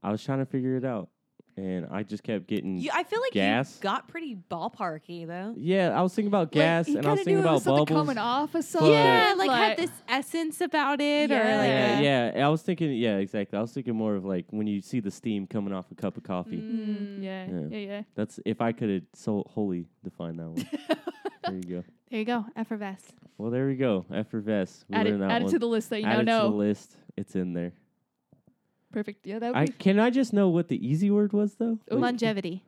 Speaker 3: I was trying to figure it out and I just kept getting.
Speaker 4: uh,
Speaker 2: You- i feel like
Speaker 3: Mm. Gas.
Speaker 2: you got pretty ballparky though
Speaker 3: yeah, I was thinking about gas
Speaker 4: Like, you
Speaker 3: and I was
Speaker 4: kinda
Speaker 3: thinking
Speaker 4: knew it was
Speaker 3: about
Speaker 4: something
Speaker 3: bubbles.
Speaker 4: coming off of something.
Speaker 1: yeah, like, had this essence about it, or like
Speaker 3: yeah,
Speaker 1: a-
Speaker 3: yeah. I was thinking, yeah, exactly. I was thinking more of like when you see the steam coming off a cup of coffee.
Speaker 1: Mm,
Speaker 4: Mm, yeah,
Speaker 3: Yeah.
Speaker 4: yeah, yeah.
Speaker 3: That's if I could have so wholly defined that one. there you go.
Speaker 1: There you go, effervesce.
Speaker 3: Well, there we go. Effervesce. We
Speaker 4: Add it,
Speaker 3: learned that
Speaker 4: add it
Speaker 3: one.
Speaker 4: to the list that you
Speaker 3: Add it
Speaker 4: now
Speaker 3: to the
Speaker 4: know.
Speaker 3: list. It's in there.
Speaker 4: Perfect. Yeah, that would
Speaker 3: I
Speaker 4: be.
Speaker 3: can I just know what the easy word was though. Like-
Speaker 1: Longevity.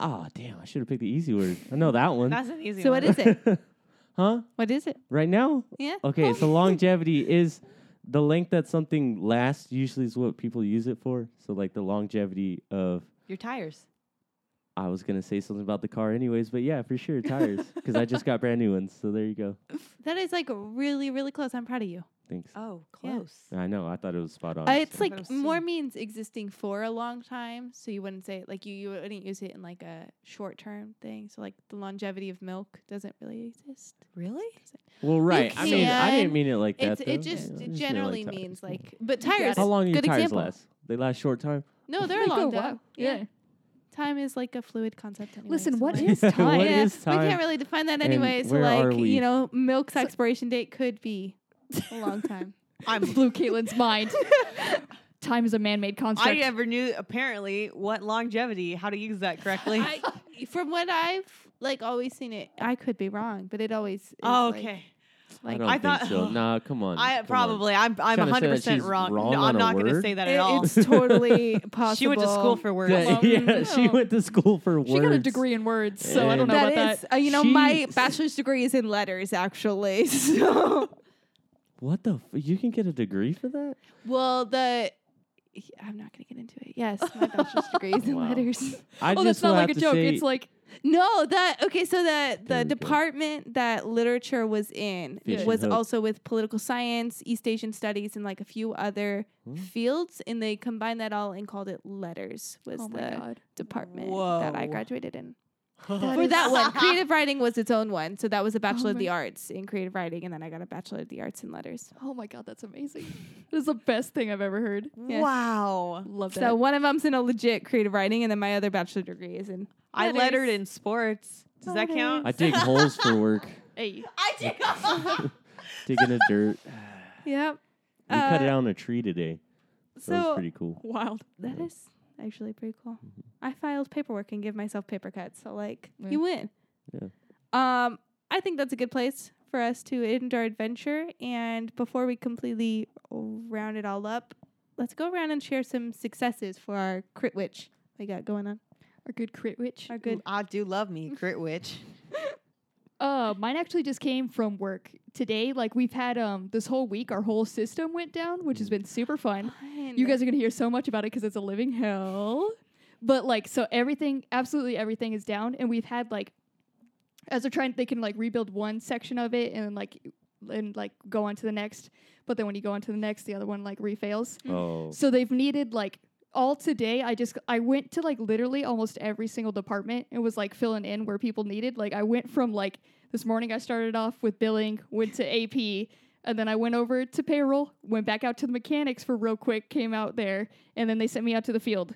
Speaker 3: Oh, damn. I should have picked the easy word. I know that one.
Speaker 2: That's an easy
Speaker 1: So
Speaker 2: one.
Speaker 1: what is it?
Speaker 3: huh?
Speaker 1: What is it?
Speaker 3: Right now?
Speaker 1: Yeah.
Speaker 3: Okay, so longevity is the length that something lasts, usually is what people use it for. So, like the longevity of,
Speaker 2: Your tires.
Speaker 3: I was going to say something about the car anyways, but yeah, for sure, tires. Because I just got brand new ones. So, there you go.
Speaker 1: That is like really, really close. I'm proud of you.
Speaker 3: Thanks.
Speaker 2: Oh,
Speaker 1: Yeah.
Speaker 2: close.
Speaker 3: I know. I thought it was spot on.
Speaker 1: Uh, it's
Speaker 3: so-
Speaker 2: I've
Speaker 1: like
Speaker 2: seen-
Speaker 1: more means existing for a long time, so you wouldn't say like you you wouldn't use it in like a short term thing. So like the longevity of milk doesn't really exist.
Speaker 2: Really?
Speaker 3: well, right. I mean, I
Speaker 1: can-
Speaker 3: didn't mean it like
Speaker 1: It's
Speaker 3: that.
Speaker 1: it
Speaker 3: though.
Speaker 1: just
Speaker 3: Yeah, I meant
Speaker 1: generally
Speaker 3: like tires.
Speaker 1: means like but
Speaker 4: You got
Speaker 1: tires.
Speaker 4: it.
Speaker 3: How long do your
Speaker 1: good
Speaker 3: tires
Speaker 1: example.
Speaker 3: last? They last short time.
Speaker 1: No, they're
Speaker 4: Like a
Speaker 1: long though.
Speaker 4: while.
Speaker 1: Yeah.
Speaker 4: yeah.
Speaker 1: time is like a fluid concept. Anyway,
Speaker 4: Listen,
Speaker 1: so
Speaker 4: what
Speaker 1: like-
Speaker 4: is
Speaker 3: Yeah,
Speaker 4: time?
Speaker 3: what
Speaker 1: Yeah,
Speaker 3: is
Speaker 1: We
Speaker 3: time?
Speaker 1: can't really define that
Speaker 3: And
Speaker 1: anyway. So
Speaker 3: where are
Speaker 1: like
Speaker 3: we?
Speaker 1: you know, milk's expiration date could be a long time.
Speaker 2: I'm
Speaker 4: Blew Caitlin's mind. time is a man-made construct.
Speaker 2: I never knew apparently what longevity, how to use that correctly.
Speaker 1: I, from what I've like always seen it, I could be wrong, but it always. Is
Speaker 2: oh,
Speaker 1: like-
Speaker 2: okay.
Speaker 1: Like,
Speaker 3: I don't
Speaker 2: I
Speaker 3: think
Speaker 2: thought-
Speaker 3: so. Nah, come on.
Speaker 2: I
Speaker 3: come on.
Speaker 2: probably I'm I'm
Speaker 3: Trying to say
Speaker 2: 100 percent
Speaker 3: that she's
Speaker 2: wrong.
Speaker 3: wrong
Speaker 2: no,
Speaker 3: on
Speaker 2: I'm
Speaker 3: a
Speaker 2: not going to
Speaker 3: word?
Speaker 2: say that
Speaker 1: It-
Speaker 2: at all.
Speaker 1: It's totally possible.
Speaker 2: She went to school for words.
Speaker 3: Yeah, yeah, she
Speaker 4: no.
Speaker 3: went to school for words.
Speaker 4: She got a degree in words, so I don't know
Speaker 1: That
Speaker 4: about
Speaker 1: is,
Speaker 4: that.
Speaker 1: uh, you know, my
Speaker 3: Jeez.
Speaker 1: bachelor's degree is in letters, actually. So,
Speaker 3: What the? F- you can get a degree for that?
Speaker 1: well, the I'm not going to get into it. Yes, my bachelor's degree is in
Speaker 3: Wow.
Speaker 1: letters.
Speaker 3: I
Speaker 4: oh,
Speaker 3: just
Speaker 4: that's not
Speaker 3: will
Speaker 4: like a
Speaker 3: have to
Speaker 4: joke.
Speaker 3: say-
Speaker 4: It's like
Speaker 1: No, that okay. So the
Speaker 3: There
Speaker 1: the
Speaker 3: we go.
Speaker 1: department that literature was in
Speaker 3: Fish
Speaker 1: was
Speaker 3: and hook.
Speaker 1: also with political science, East Asian studies, and like a few other
Speaker 3: Hmm.
Speaker 1: fields, and they combined that all and called it letters. Was
Speaker 4: oh my
Speaker 1: the
Speaker 4: god,
Speaker 1: department that I
Speaker 2: Whoa.
Speaker 1: graduated in.
Speaker 4: That
Speaker 1: For
Speaker 4: is- Oh
Speaker 1: that one, creative writing was its own one. So that was a Bachelor of
Speaker 4: my-
Speaker 1: the Arts in creative writing, and then I got a Bachelor of the Arts in letters.
Speaker 4: oh my god, that's amazing. That is the best thing I've ever heard.
Speaker 1: Yes.
Speaker 2: Wow.
Speaker 4: Love that.
Speaker 1: So one of them's in a legit creative writing, and then my other bachelor degree is in.
Speaker 2: I
Speaker 1: Letters.
Speaker 2: lettered in sports. Does that count?
Speaker 3: I dig holes for work.
Speaker 4: hey,
Speaker 2: I did.
Speaker 3: Digging the dirt. We
Speaker 1: Yep.
Speaker 3: cut
Speaker 1: Uh,
Speaker 3: down a tree today. That was
Speaker 1: so
Speaker 3: pretty cool.
Speaker 4: wild.
Speaker 3: Mm-hmm.
Speaker 1: that is actually pretty cool.
Speaker 3: Mhm.
Speaker 1: I filed paperwork and give myself paper cuts, so like
Speaker 4: Yeah.
Speaker 1: you win.
Speaker 3: Yeah.
Speaker 1: Um, I think that's a good place for us to end our adventure. And before we completely round it all up, let's go around and share some successes for our crit witch we got going on.
Speaker 4: Our good crit witch.
Speaker 1: Our good
Speaker 2: I do love me, Crit Witch.
Speaker 4: Uh, mine actually just came from work today. Like we've had um this whole week, our whole system went down, which has been super fun. You guys are gonna hear so much about it because it's a living hell. But like, so everything, absolutely everything is down, and we've had like, as they're trying, they can like rebuild one section of it and like, and like go on to the next. But then when you go on to the next, the other one like refails.
Speaker 3: Oh,
Speaker 4: So they've needed like all today. I just I went to like literally almost every single department and was like filling in where people needed. Like I went from like this morning I started off with billing, went to AP, and then I went over to payroll, went back out to the mechanics for real quick, came out there, and then they sent me out to the field.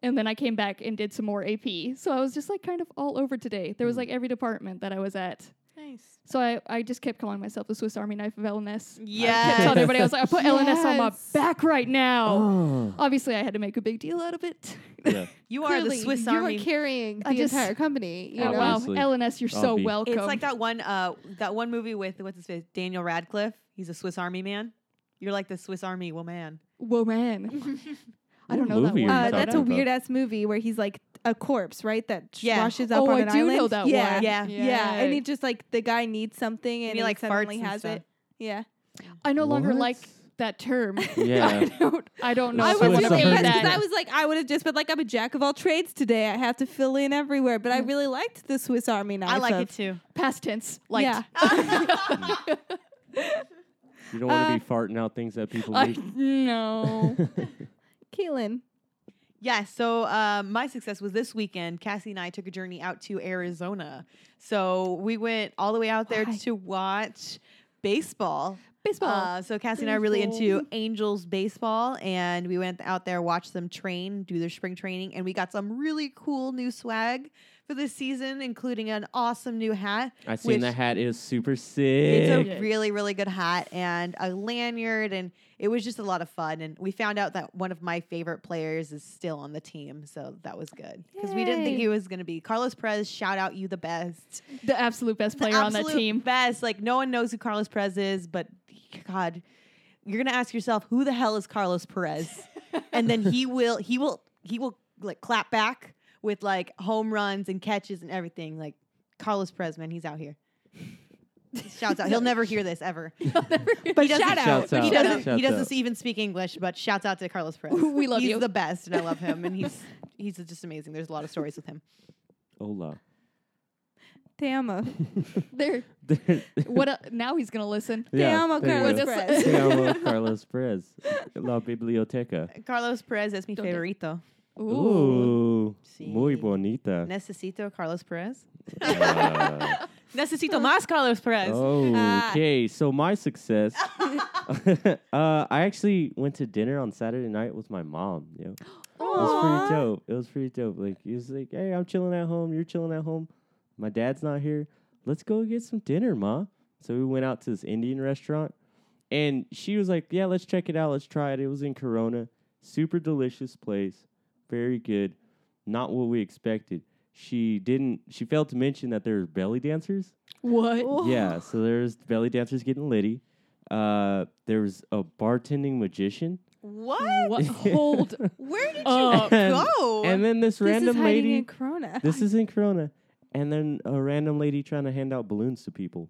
Speaker 4: And then I came back and did some more AP. So I was just like kind of all over today. There was like every department that I was at.
Speaker 1: nice.
Speaker 4: So I, I just kept calling myself the Swiss Army knife of LNS. I kept
Speaker 2: Yes.
Speaker 4: telling everybody I was like, I put LNS on my
Speaker 1: Yes.
Speaker 4: back right now.
Speaker 3: Oh.
Speaker 4: Obviously, I had to make a big deal out of it.
Speaker 3: yeah.
Speaker 2: You are the Swiss Army.
Speaker 1: You are carrying the
Speaker 4: I just-
Speaker 1: entire company. You
Speaker 4: Oh,
Speaker 1: know?
Speaker 4: wow,
Speaker 3: Obviously.
Speaker 4: LNS, you're so
Speaker 3: Obvi.
Speaker 4: welcome.
Speaker 2: it's like that one uh that one movie with what's his face? Daniel Radcliffe. He's a Swiss Army man. You're like the Swiss Army woman.
Speaker 4: Whoa, man. I
Speaker 3: What
Speaker 4: don't know that
Speaker 3: movie
Speaker 4: one.
Speaker 3: are you
Speaker 1: Uh,
Speaker 3: Talking
Speaker 1: that's a
Speaker 3: about-
Speaker 1: weird ass movie where he's like a corpse, right? That sh-
Speaker 2: Yeah.
Speaker 1: washes up on
Speaker 4: oh, I
Speaker 1: an
Speaker 4: do know
Speaker 1: island.
Speaker 4: that
Speaker 1: yeah.
Speaker 4: one.
Speaker 2: Yeah.
Speaker 1: Yeah. and he just like the guy needs something and,
Speaker 2: he, like, farts
Speaker 1: suddenly
Speaker 2: and
Speaker 1: has
Speaker 2: stuff.
Speaker 1: it. Yeah,
Speaker 4: I no longer
Speaker 3: What?
Speaker 4: like that term. I
Speaker 3: Yeah.
Speaker 4: don't. I don't know.
Speaker 3: I
Speaker 4: if
Speaker 3: was
Speaker 4: wanna
Speaker 3: just
Speaker 4: be
Speaker 3: impressed
Speaker 4: that.
Speaker 1: because I was like, I would have just been like, I'm a jack of all trades today. I have to fill in everywhere, but I really liked the Swiss Army knife.
Speaker 2: I like
Speaker 1: of-
Speaker 2: it too.
Speaker 4: past tense. Like,
Speaker 1: Yeah.
Speaker 3: You don't want to be farting out things that people
Speaker 4: I,
Speaker 3: need.
Speaker 4: no.
Speaker 1: Caitlin.
Speaker 2: Yeah, so uh, my success was this weekend. Cassie and I took a journey out to Arizona. So we went all the way out there
Speaker 1: Why?
Speaker 2: to watch baseball.
Speaker 4: Baseball.
Speaker 2: Uh, so Cassie and I are really
Speaker 4: Baseball.
Speaker 2: into Angels baseball, and we went out there, watched them train, do their spring training, and we got some really cool new swag for this season, including an awesome new hat.
Speaker 3: I seen
Speaker 2: Which-
Speaker 3: that hat is super
Speaker 2: It's
Speaker 3: sick.
Speaker 2: a really, really good hat and a lanyard, and it was just a lot of fun. And we found out that one of my favorite players is still on the team, so that was good because we didn't think
Speaker 1: Yay.
Speaker 2: he was going to be. Carlos Perez, shout out, you the best
Speaker 4: the absolute best player on that
Speaker 2: absolute
Speaker 4: team.
Speaker 2: Best. Like no one knows who Carlos Perez is, but God, you're gonna ask yourself, who the hell is Carlos Perez? and then he will, he will, he will like clap back with like home runs and catches and everything. Like Carlos Presman, he's out here. Shouts out. He'll never hear this ever.
Speaker 1: But
Speaker 2: He doesn't-
Speaker 1: shout out.
Speaker 3: Shouts
Speaker 1: But he
Speaker 2: He
Speaker 1: doesn't-
Speaker 3: out.
Speaker 2: doesn't,
Speaker 3: Shout
Speaker 2: he doesn't
Speaker 3: out.
Speaker 2: even speak English, but shouts out to Carlos Perez.
Speaker 4: We love
Speaker 2: he's
Speaker 4: you.
Speaker 2: the best, and I love him. And he's he's just amazing. There's a lot of stories with him.
Speaker 3: Hola.
Speaker 1: Te amo.
Speaker 4: There.
Speaker 3: There-
Speaker 4: What? el- now he's gonna listen.
Speaker 1: Te
Speaker 3: yeah,
Speaker 1: amo,
Speaker 3: there
Speaker 1: Carlos
Speaker 3: you go.
Speaker 1: Perez.
Speaker 3: Te amo, Carlos Perez. La biblioteca.
Speaker 2: Carlos Perez es mi
Speaker 4: Don't get-
Speaker 2: favorito.
Speaker 4: Ooh.
Speaker 3: Ooh,
Speaker 2: Sí.
Speaker 3: muy bonita.
Speaker 2: Necesito Carlos Perez.
Speaker 3: Uh,
Speaker 2: Necesito más Carlos Perez.
Speaker 1: Ah.
Speaker 3: okay, so my success. uh, I actually went to dinner on Saturday night with my mom. You know? It was
Speaker 1: Aw.
Speaker 3: pretty dope. It was pretty dope. Like he was like, "Hey, I'm chilling at home. You're chilling at home. My dad's not here. Let's go get some dinner, ma." So we went out to this Indian restaurant, and she was like, "Yeah, let's check it out. Let's try it." It was in Corona. Super delicious place. Very good. Not what we expected. She didn't. She failed to mention that there were belly dancers.
Speaker 4: What?
Speaker 3: Yeah. So there's belly dancers getting litty. Uh, there was a bartending magician.
Speaker 2: What?
Speaker 4: What? Hold
Speaker 2: Where did you
Speaker 4: up.
Speaker 2: go?
Speaker 3: Oh. And then this,
Speaker 1: This is
Speaker 3: random
Speaker 1: hiding
Speaker 3: lady.
Speaker 1: in Corona.
Speaker 3: This is in Corona, and then a random lady trying to hand out balloons to people.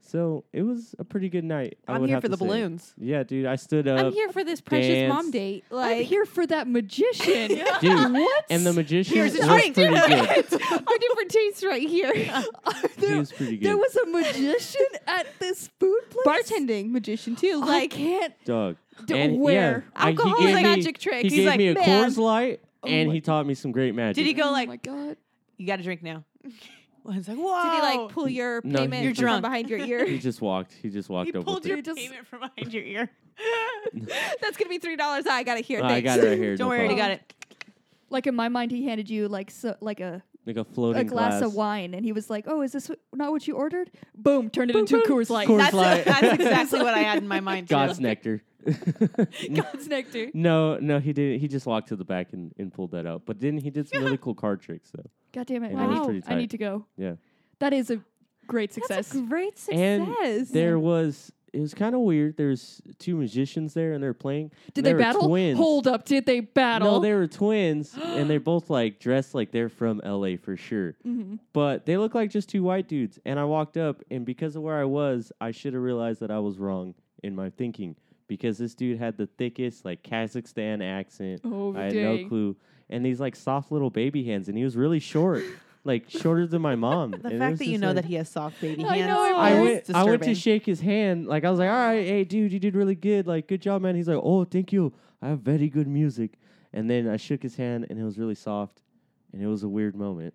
Speaker 3: So it was a pretty good night. I
Speaker 2: I'm
Speaker 3: would
Speaker 2: here
Speaker 3: have
Speaker 2: for
Speaker 3: to
Speaker 2: the
Speaker 3: say.
Speaker 2: balloons.
Speaker 3: Yeah, dude, I stood
Speaker 1: I'm
Speaker 3: up,
Speaker 1: here for this precious mom
Speaker 3: dance.
Speaker 1: date.
Speaker 4: I'm
Speaker 1: Like
Speaker 4: here for that magician.
Speaker 3: dude,
Speaker 4: What?
Speaker 3: and the magician
Speaker 2: Here's a
Speaker 3: was
Speaker 2: drink.
Speaker 3: pretty good.
Speaker 1: our different tastes right here.
Speaker 3: He
Speaker 4: there,
Speaker 3: was pretty
Speaker 4: there
Speaker 3: good.
Speaker 4: was a magician at this food place.
Speaker 1: Bartending magician too.
Speaker 4: I
Speaker 1: Like
Speaker 4: can't.
Speaker 3: Dog.
Speaker 4: D-
Speaker 3: and yeah,
Speaker 4: where?
Speaker 3: I- he
Speaker 1: Alcohol
Speaker 3: gave
Speaker 1: is a
Speaker 3: me-
Speaker 1: magic
Speaker 3: He
Speaker 1: trick.
Speaker 3: gave
Speaker 1: He's like,
Speaker 3: me a
Speaker 1: "Man."
Speaker 3: Coors Light, and
Speaker 4: my
Speaker 3: he taught me some great magic.
Speaker 2: Did he go
Speaker 4: oh
Speaker 2: like,
Speaker 4: my god.
Speaker 2: you got to drink now? I was like, whoa.
Speaker 1: Did he like pull your
Speaker 3: No,
Speaker 1: payment
Speaker 3: You're
Speaker 1: from
Speaker 2: drunk.
Speaker 1: behind your ear?
Speaker 3: He just walked. He just walked
Speaker 2: He
Speaker 3: over.
Speaker 2: pulled
Speaker 3: to-
Speaker 2: your
Speaker 4: You're just-
Speaker 2: payment from behind your ear.
Speaker 1: That's gonna be three dollars. I got it here.
Speaker 3: Oh, I
Speaker 1: Thanks.
Speaker 3: got it right here.
Speaker 2: Don't
Speaker 3: no
Speaker 2: worry, you
Speaker 3: problem.
Speaker 2: got it.
Speaker 4: Like in my mind, he handed you like so, like a
Speaker 3: Like a floating
Speaker 4: a glass, of wine, and he was like, "Oh, is this wh- not what you ordered?" Boom, turned it into a Coors Light.
Speaker 3: Coors
Speaker 2: That's,
Speaker 3: Light.
Speaker 2: that's exactly what I had in my mind. Too.
Speaker 3: God's nectar.
Speaker 4: God's nectar.
Speaker 3: No, no, he didn't. He just walked to the back and, and pulled that out. But then he did some really cool card tricks though.
Speaker 4: God damn it!
Speaker 3: Yeah,
Speaker 4: I,
Speaker 3: that was
Speaker 4: need,
Speaker 3: pretty
Speaker 4: I need
Speaker 3: tight.
Speaker 4: to go.
Speaker 3: Yeah.
Speaker 4: That is a great success.
Speaker 1: That's a great success.
Speaker 3: And there was it was kind of weird. There's two magicians there and they're playing.
Speaker 4: did
Speaker 3: and
Speaker 4: they
Speaker 3: were
Speaker 4: battle?
Speaker 3: Twins.
Speaker 4: Hold up, did they battle?
Speaker 3: No, they were twins and they're both like dressed like they're from LA for sure.
Speaker 4: Mhm.
Speaker 3: But they look like just two white dudes. And I walked up and because of where I was, I should have realized that I was wrong in my thinking because this dude had the thickest like Kazakhstan accent.
Speaker 4: Oh,
Speaker 3: I had
Speaker 4: dang.
Speaker 3: no clue. And these like soft little baby hands, and he was really short, like shorter than my mom.
Speaker 2: The fact that you know that he has soft baby
Speaker 4: I
Speaker 2: hands.
Speaker 4: know it
Speaker 3: Oh, I
Speaker 4: was
Speaker 3: went, I went to
Speaker 2: disturbing.
Speaker 3: shake his hand. Like I was like, all right, hey dude, you did really good. Like good job, man. He's like, oh, thank you. I have very good music. And then I shook his hand, and it was really soft, and it was a weird moment.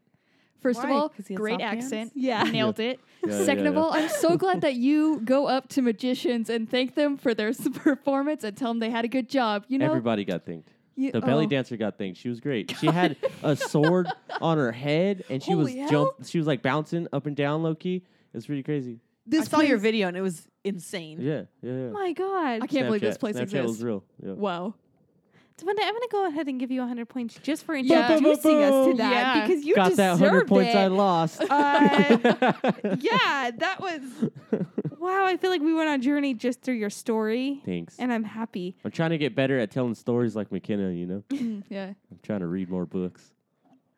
Speaker 4: First of
Speaker 2: Why?
Speaker 4: all,
Speaker 2: 'Cause he had
Speaker 4: great
Speaker 2: soft hands?
Speaker 4: accent.
Speaker 1: Yeah.
Speaker 4: Nailed it.
Speaker 3: Yeah,
Speaker 4: Second
Speaker 3: yeah,
Speaker 4: of
Speaker 3: yeah.
Speaker 4: all, I'm so glad that you go up to magicians and thank them for their s- performance and tell them they had a good job. You know,
Speaker 3: Everybody got thanked.
Speaker 4: you-
Speaker 3: The belly
Speaker 4: oh.
Speaker 3: dancer got thanked. She was great. She had a sword on her head, and she
Speaker 4: Holy
Speaker 3: was
Speaker 4: hell.
Speaker 3: jump. She was like bouncing up and down, low key. It was pretty crazy.
Speaker 2: I
Speaker 4: This
Speaker 2: saw your
Speaker 4: place-
Speaker 2: video and it was insane.
Speaker 3: Yeah, yeah. yeah.
Speaker 1: Oh my God.
Speaker 4: I can't believe this
Speaker 3: Snapchat-
Speaker 4: place
Speaker 3: Snapchat
Speaker 4: exists.
Speaker 3: was real. Yeah.
Speaker 4: Wow.
Speaker 1: Davonda, I'm gonna go ahead and give you 100 points just for
Speaker 4: Yeah.
Speaker 1: introducing us to
Speaker 3: Boom.
Speaker 1: that
Speaker 4: Yeah.
Speaker 1: because you
Speaker 3: Got that
Speaker 1: deserved
Speaker 3: hundred points
Speaker 1: it.
Speaker 3: I lost.
Speaker 1: Uh, yeah, that was wow. I feel like we went on a journey just through your story,
Speaker 3: Thanks.
Speaker 1: and I'm happy.
Speaker 3: I'm trying to get better at telling stories like McKenna. You know, I'm
Speaker 4: Yeah.
Speaker 3: trying to read more books.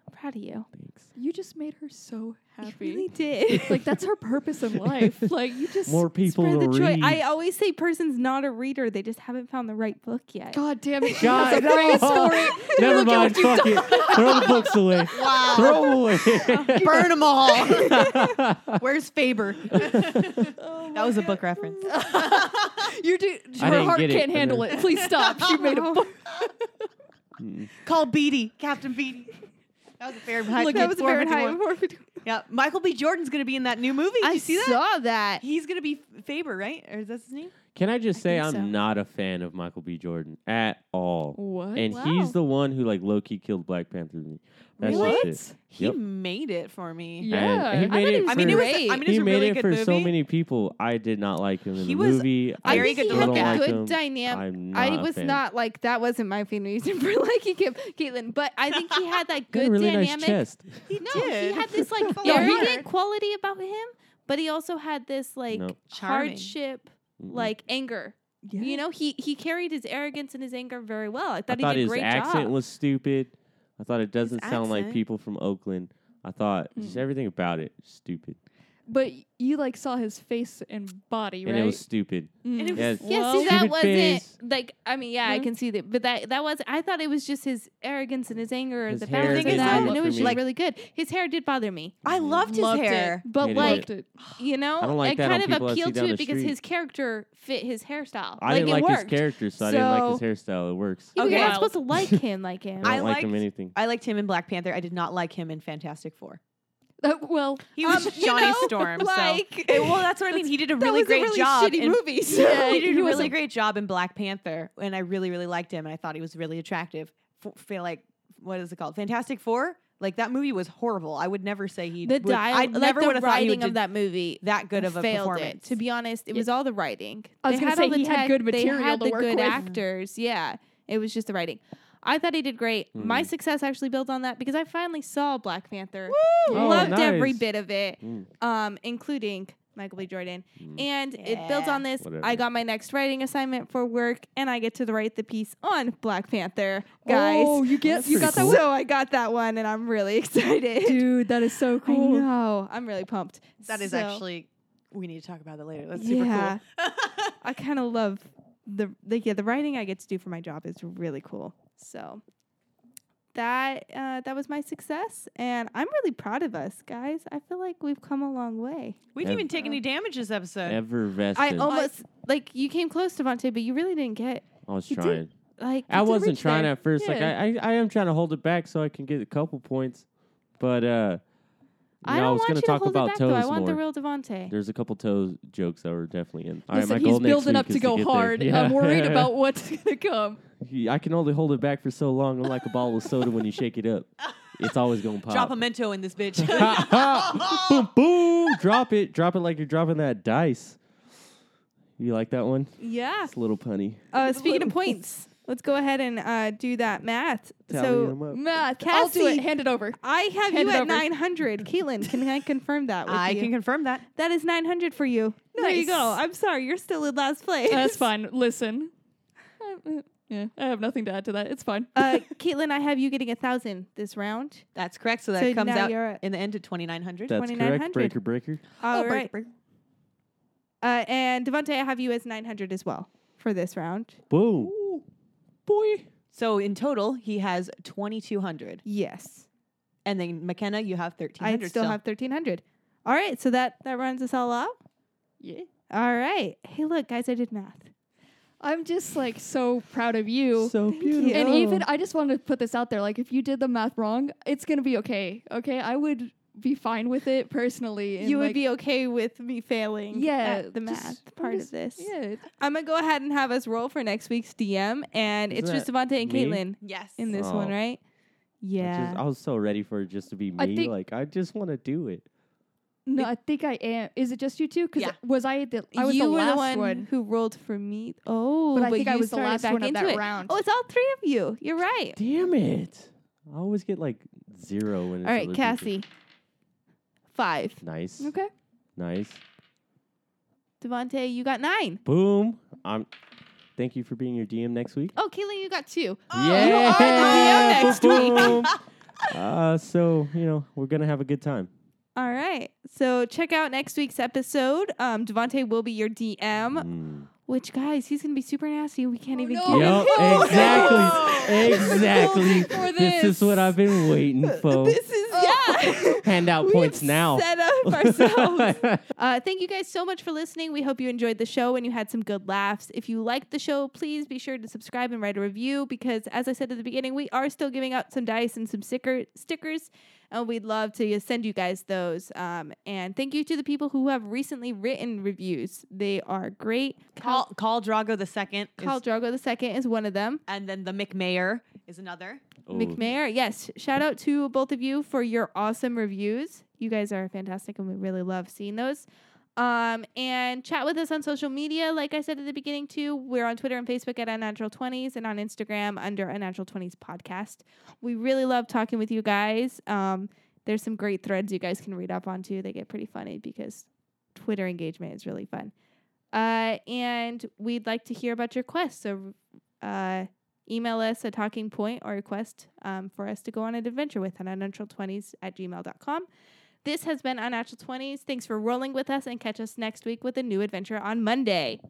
Speaker 1: I'm proud of you.
Speaker 3: Thanks.
Speaker 4: You just made her so
Speaker 1: You
Speaker 4: happy.
Speaker 1: really did.
Speaker 4: like that's her purpose in life. Like you just
Speaker 3: More people
Speaker 1: Spread
Speaker 3: to
Speaker 1: the joy.
Speaker 3: read.
Speaker 1: I uh, always say person's not a reader; they just haven't found the right book yet.
Speaker 4: God damn it. she
Speaker 3: God,
Speaker 4: has a great
Speaker 3: no.
Speaker 4: story.
Speaker 3: Never mind. Fuck it. Throw the books away. Throw them away.
Speaker 2: Burn them all. Where's Faber?
Speaker 3: Oh
Speaker 2: that was a book reference.
Speaker 4: You do.
Speaker 3: I
Speaker 4: Her
Speaker 3: didn't
Speaker 4: heart
Speaker 3: get it,
Speaker 4: can't
Speaker 3: but
Speaker 4: handle
Speaker 3: never-
Speaker 4: it. Please stop. She made a. book.
Speaker 2: Call Beatty, Captain Beatty. That was a Fahrenheit.
Speaker 1: Look, that was a Fahrenheit.
Speaker 2: 451. Yeah, Michael B. Jordan's gonna be in that new movie. Did you see that?
Speaker 1: saw that.
Speaker 2: He's gonna be Faber, right? Or is that his name?
Speaker 3: Can I just say
Speaker 4: think
Speaker 3: I'm
Speaker 4: so.
Speaker 3: not a fan of Michael B. Jordan at all.
Speaker 4: What?
Speaker 3: And
Speaker 1: Wow.
Speaker 3: he's the one who like low key killed Black Panther. to me. That's
Speaker 4: What?
Speaker 3: just it.
Speaker 2: He
Speaker 3: Yep.
Speaker 2: made it for me.
Speaker 3: he
Speaker 4: Yeah. I
Speaker 3: made
Speaker 1: thought he
Speaker 3: it.
Speaker 1: was
Speaker 3: for,
Speaker 2: I mean, it was.
Speaker 1: Great.
Speaker 2: I mean, it's
Speaker 3: he
Speaker 2: a
Speaker 3: made
Speaker 2: really
Speaker 3: it
Speaker 2: good
Speaker 3: for
Speaker 2: movie.
Speaker 3: so many people. I did not like him
Speaker 2: He
Speaker 3: in the
Speaker 2: was-
Speaker 3: movie.
Speaker 1: I
Speaker 2: Very
Speaker 1: think
Speaker 2: good
Speaker 1: he had
Speaker 3: still
Speaker 1: a
Speaker 2: look
Speaker 3: don't
Speaker 2: at.
Speaker 3: like
Speaker 1: good
Speaker 3: him.
Speaker 1: dynamic.
Speaker 3: I'm not
Speaker 1: I
Speaker 3: a
Speaker 1: was
Speaker 3: fan.
Speaker 1: not like that wasn't my main reason for liking Kim, Caitlin, but I think he had that
Speaker 3: He had
Speaker 1: good
Speaker 3: a really nice
Speaker 1: dynamic.
Speaker 3: chest.
Speaker 2: He
Speaker 1: no,
Speaker 2: did.
Speaker 1: he had this like
Speaker 2: Full of honor.
Speaker 1: arrogant quality about him, but he also had this like
Speaker 3: Nope.
Speaker 2: Charming.
Speaker 1: hardship,
Speaker 3: Mm-mm.
Speaker 1: like anger. You know, he he carried his arrogance and his anger very well. I
Speaker 3: I
Speaker 1: thought, he
Speaker 3: thought
Speaker 1: did a
Speaker 3: his
Speaker 1: great
Speaker 3: accent
Speaker 1: job.
Speaker 3: was stupid. I thought it doesn't sound like
Speaker 2: accent.
Speaker 3: people from Oakland. I thought just everything about it stupid,
Speaker 4: But you like saw his face and body,
Speaker 3: and
Speaker 4: right?
Speaker 3: it was stupid.
Speaker 2: And it
Speaker 4: Mm.
Speaker 3: Yeah,
Speaker 2: was
Speaker 1: Yeah,
Speaker 2: slow.
Speaker 1: see, that
Speaker 3: Stupid
Speaker 1: wasn't
Speaker 3: face.
Speaker 1: like I mean, yeah, I
Speaker 2: Mhm.
Speaker 1: can see that, but that that was I thought it was just his arrogance and his anger, or
Speaker 3: His
Speaker 1: the
Speaker 3: hair
Speaker 1: balance of
Speaker 2: didn't
Speaker 1: that,
Speaker 2: bother
Speaker 1: and it was
Speaker 3: me.
Speaker 1: just
Speaker 3: Like-
Speaker 1: really good. His hair did bother me,
Speaker 2: I
Speaker 3: Mhm.
Speaker 2: loved his
Speaker 4: Loved it.
Speaker 2: hair.
Speaker 4: but
Speaker 3: Hated
Speaker 1: like
Speaker 4: it.
Speaker 1: you know.
Speaker 3: I don't like
Speaker 1: it
Speaker 3: that on
Speaker 1: kind of
Speaker 3: people I see
Speaker 1: appealed
Speaker 3: down
Speaker 1: to
Speaker 3: the
Speaker 1: it because
Speaker 3: street.
Speaker 1: his character fit his hairstyle.
Speaker 3: I didn't
Speaker 1: it
Speaker 3: like
Speaker 1: worked.
Speaker 3: his character, so, I didn't like his hairstyle. It works.
Speaker 1: Yeah, but You're
Speaker 4: Okay.
Speaker 1: not supposed to like him like him.
Speaker 3: I
Speaker 2: I
Speaker 3: don't like him
Speaker 2: liked-
Speaker 3: anything.
Speaker 2: I liked him in Black Panther. I did not like him in Fantastic Four.
Speaker 4: That- uh, well,
Speaker 2: He was
Speaker 1: Um,
Speaker 2: just
Speaker 1: you
Speaker 2: Johnny
Speaker 1: know,
Speaker 2: Storm.
Speaker 1: like-
Speaker 2: so. Eh, well, that's what I mean. He did a really
Speaker 1: was a
Speaker 2: great
Speaker 1: really
Speaker 2: job.
Speaker 1: shitty
Speaker 2: in-
Speaker 1: movie, so-
Speaker 2: Yeah, he
Speaker 4: He
Speaker 2: did a really
Speaker 4: wasn't-
Speaker 2: great job in Black Panther, and I really, really liked him. And I thought he was really attractive. F- feel like what is it called? Fantastic Four. Like that movie was horrible. I would never say he.
Speaker 1: the
Speaker 2: would,
Speaker 1: dial,
Speaker 2: I
Speaker 1: like
Speaker 2: never would
Speaker 1: the
Speaker 2: have thought he
Speaker 1: writing
Speaker 2: would
Speaker 1: of
Speaker 2: did
Speaker 1: that movie,
Speaker 2: that good of a
Speaker 1: failed
Speaker 2: performance.
Speaker 1: It. To be honest, it
Speaker 4: Yeah.
Speaker 1: was all the writing.
Speaker 4: I was
Speaker 1: They
Speaker 4: gonna
Speaker 1: had
Speaker 4: say
Speaker 1: all the
Speaker 4: he had
Speaker 1: tech-
Speaker 4: good
Speaker 1: They
Speaker 4: material
Speaker 1: had
Speaker 4: to
Speaker 1: the
Speaker 4: work
Speaker 1: good
Speaker 4: with.
Speaker 1: actors. Yeah, it was just the writing. I thought he did great. My
Speaker 4: Hmm.
Speaker 3: Mm.
Speaker 1: success actually built on that because I finally saw Black Panther.
Speaker 3: Woo! Oh,
Speaker 1: Loved every
Speaker 3: nice.
Speaker 1: bit of it,
Speaker 4: Hmm.
Speaker 3: Mm.
Speaker 1: um, including Michael B. Jordan.
Speaker 3: Mm.
Speaker 1: And it builds
Speaker 2: Yeah.
Speaker 1: on this. I
Speaker 3: Whatever.
Speaker 1: got my next writing assignment for work, and I get to write the piece on Black Panther, guys.
Speaker 4: Oh, you get
Speaker 3: That's
Speaker 4: you
Speaker 3: pretty
Speaker 4: got that
Speaker 3: cool.
Speaker 4: one,
Speaker 1: So I got that one, and I'm really excited.
Speaker 4: dude. That is so cool.
Speaker 1: I know. I'm really pumped.
Speaker 2: that is
Speaker 1: So,
Speaker 2: actually. We need to talk about that later. That's
Speaker 1: Yeah.
Speaker 2: super cool.
Speaker 1: I kind of love the, the yeah the writing I get to do for my job is really cool. So that uh, that was my success, and I'm really proud of us guys. I feel like we've come a long way.
Speaker 2: we
Speaker 3: Ev-
Speaker 2: didn't even take any damage this episode.
Speaker 3: Effervescent.
Speaker 1: I almost like you came close, Devontae, but you really didn't get
Speaker 3: I was
Speaker 1: you did-
Speaker 3: trying.
Speaker 1: like
Speaker 3: I
Speaker 1: you did
Speaker 3: wasn't
Speaker 1: reach
Speaker 3: trying
Speaker 1: there.
Speaker 3: at first. Like
Speaker 4: Yeah.
Speaker 3: I, I, I am trying to hold it back so I can get a couple points. But uh, you
Speaker 1: I
Speaker 3: know,
Speaker 1: don't
Speaker 3: I was
Speaker 1: want
Speaker 3: gonna
Speaker 1: you
Speaker 3: talk
Speaker 1: to hold
Speaker 3: about
Speaker 1: it back
Speaker 3: toes
Speaker 1: though. I want
Speaker 3: more.
Speaker 1: the real Devontae.
Speaker 3: There's a couple toes jokes that were definitely in. All right,
Speaker 4: Listen,
Speaker 3: my
Speaker 4: he's
Speaker 3: goal next
Speaker 4: building
Speaker 3: week
Speaker 4: up
Speaker 3: is
Speaker 4: to go
Speaker 3: get there.
Speaker 4: hard.
Speaker 3: Yeah.
Speaker 4: I'm worried about what's gonna come.
Speaker 3: He- I can only hold it back for so long. I'm like a bottle of soda when you shake it up. It's always gonna pop.
Speaker 2: Drop a mento in this bitch.
Speaker 3: boom, boom. Drop it. Drop it like you're dropping that dice. You like that one?
Speaker 1: yeah.
Speaker 3: It's a little punny.
Speaker 1: Uh, speaking of points, let's go ahead and uh, do that math.
Speaker 3: Tally
Speaker 1: so
Speaker 3: 'em up.
Speaker 4: Matt, I'll do
Speaker 1: Cassie.
Speaker 4: it. Hand it over.
Speaker 1: I have
Speaker 4: Hand
Speaker 1: you
Speaker 4: it
Speaker 1: at
Speaker 4: over.
Speaker 1: 900. Caitlin, can I confirm that with
Speaker 2: I
Speaker 1: you?
Speaker 2: can confirm that.
Speaker 1: that is 900 for you. There you go.
Speaker 4: Nice.
Speaker 1: I'm sorry. You're still in last place.
Speaker 4: That's fine. Listen, I, uh, yeah, I have nothing to add to that. It's fine.
Speaker 1: Uh, Caitlin, I have you getting a 1,000 this round.
Speaker 2: That's correct. So that
Speaker 1: So
Speaker 2: comes
Speaker 1: now
Speaker 2: out
Speaker 1: you're at-
Speaker 2: in the end of 2900.
Speaker 3: That's correct.
Speaker 1: 2900.
Speaker 3: Breaker, breaker.
Speaker 4: Oh,
Speaker 1: All right.
Speaker 2: break, break.
Speaker 1: Uh, and Devontae, I have you as 900 as well for this round.
Speaker 3: Boom. Boy.
Speaker 2: So in total, he has 2200.
Speaker 1: Yes.
Speaker 2: And then McKenna, you have 1300.
Speaker 1: I still have 1,300. All right. So that, that runs us all out.
Speaker 4: Yeah.
Speaker 1: All right. Hey, look, guys, I did math.
Speaker 4: I'm just like so proud of you.
Speaker 3: So
Speaker 1: Thank you.
Speaker 3: beautiful.
Speaker 4: and even I just wanted to put this out there. Like, if you did the math wrong, it's gonna be okay. Okay, I would be fine with it personally. and,
Speaker 1: you would
Speaker 4: like,
Speaker 1: be okay with me failing
Speaker 4: Yeah,
Speaker 1: at the
Speaker 4: just-
Speaker 1: math
Speaker 4: I'm
Speaker 1: part
Speaker 4: just-
Speaker 1: of this.
Speaker 4: Yeah,
Speaker 1: I'm going to go ahead and have us roll for next week's DM, and
Speaker 3: Is
Speaker 1: it's just
Speaker 3: that
Speaker 1: Devontae and
Speaker 3: me?
Speaker 1: Caitlin.
Speaker 2: Yes.
Speaker 1: in this one,
Speaker 3: Oh.
Speaker 1: right?
Speaker 3: I,
Speaker 1: Yeah.
Speaker 3: just, I was so ready for it just to be
Speaker 4: I
Speaker 3: me.
Speaker 4: think-
Speaker 3: like I just want to do it.
Speaker 4: no, I think I am. Is it just you two? Because
Speaker 2: Yeah.
Speaker 4: was I the? I was
Speaker 1: you
Speaker 4: the
Speaker 1: were
Speaker 4: last
Speaker 1: the one, who rolled for me. Oh,
Speaker 4: But I think
Speaker 1: you
Speaker 4: I was the
Speaker 1: started
Speaker 4: last
Speaker 1: back
Speaker 4: one of
Speaker 1: into
Speaker 4: that
Speaker 1: it.
Speaker 4: round.
Speaker 1: Oh, it's all three of you. You're right.
Speaker 3: Damn it! I always get like zero when. It's
Speaker 1: all
Speaker 3: other
Speaker 1: right,
Speaker 3: people.
Speaker 1: Cassie. Five.
Speaker 3: Nice.
Speaker 4: Okay.
Speaker 3: Nice.
Speaker 1: Devontae, you got nine.
Speaker 3: Boom. I'm. Thank you for being your DM next week.
Speaker 1: Oh, Caitlin, you got two.
Speaker 3: yeah.
Speaker 1: Oh, you are the DM next week.
Speaker 3: Boom. uh, so you know we're gonna have a good time.
Speaker 1: All right. So check out next week's episode. Um, Devontae will be your DM,
Speaker 3: Mm.
Speaker 1: which, guys, he's going to be super nasty. We can't
Speaker 4: Oh,
Speaker 1: even
Speaker 4: no.
Speaker 1: get him.
Speaker 3: Yup,
Speaker 4: no.
Speaker 3: exactly, exactly.
Speaker 4: For
Speaker 3: This is what I've been waiting for.
Speaker 1: This is,
Speaker 2: Oh,
Speaker 1: yeah.
Speaker 3: Hand out
Speaker 1: We
Speaker 3: points
Speaker 1: have
Speaker 3: now.
Speaker 1: Set up ourselves. Uh, thank you guys so much for listening. We hope you enjoyed the show and you had some good laughs. If you liked the show, please be sure to subscribe and write a review because, as I said at the beginning, we are still giving out some dice and some sticker stickers, and we'd love to send you guys those. Um, and thank you to the people who have recently written reviews; they are great.
Speaker 2: Call, call Drago the second. is-
Speaker 1: Cal Drago the second is one of them.
Speaker 2: and then the McMayer is another.
Speaker 3: Oh,
Speaker 1: McMayer, yes. Shout out to both of you for your awesome reviews. You guys are fantastic, and we really love seeing those. Um, and chat with us on social media. Like I said at the beginning, too, we're on Twitter and Facebook at Unnatural Twenties, and on Instagram under Unnatural Twenties Podcast. We really love talking with you guys. Um, there's some great threads you guys can read up on too. They get pretty funny because Twitter engagement is really fun. Uh, and we'd like to hear about your quest. So, uh, Email us a talking point or request um, for us to go on an adventure with at unnatural20s at gmail.com. This has been Unnatural 20s. Thanks for rolling with us and catch us next week with a new adventure on Monday.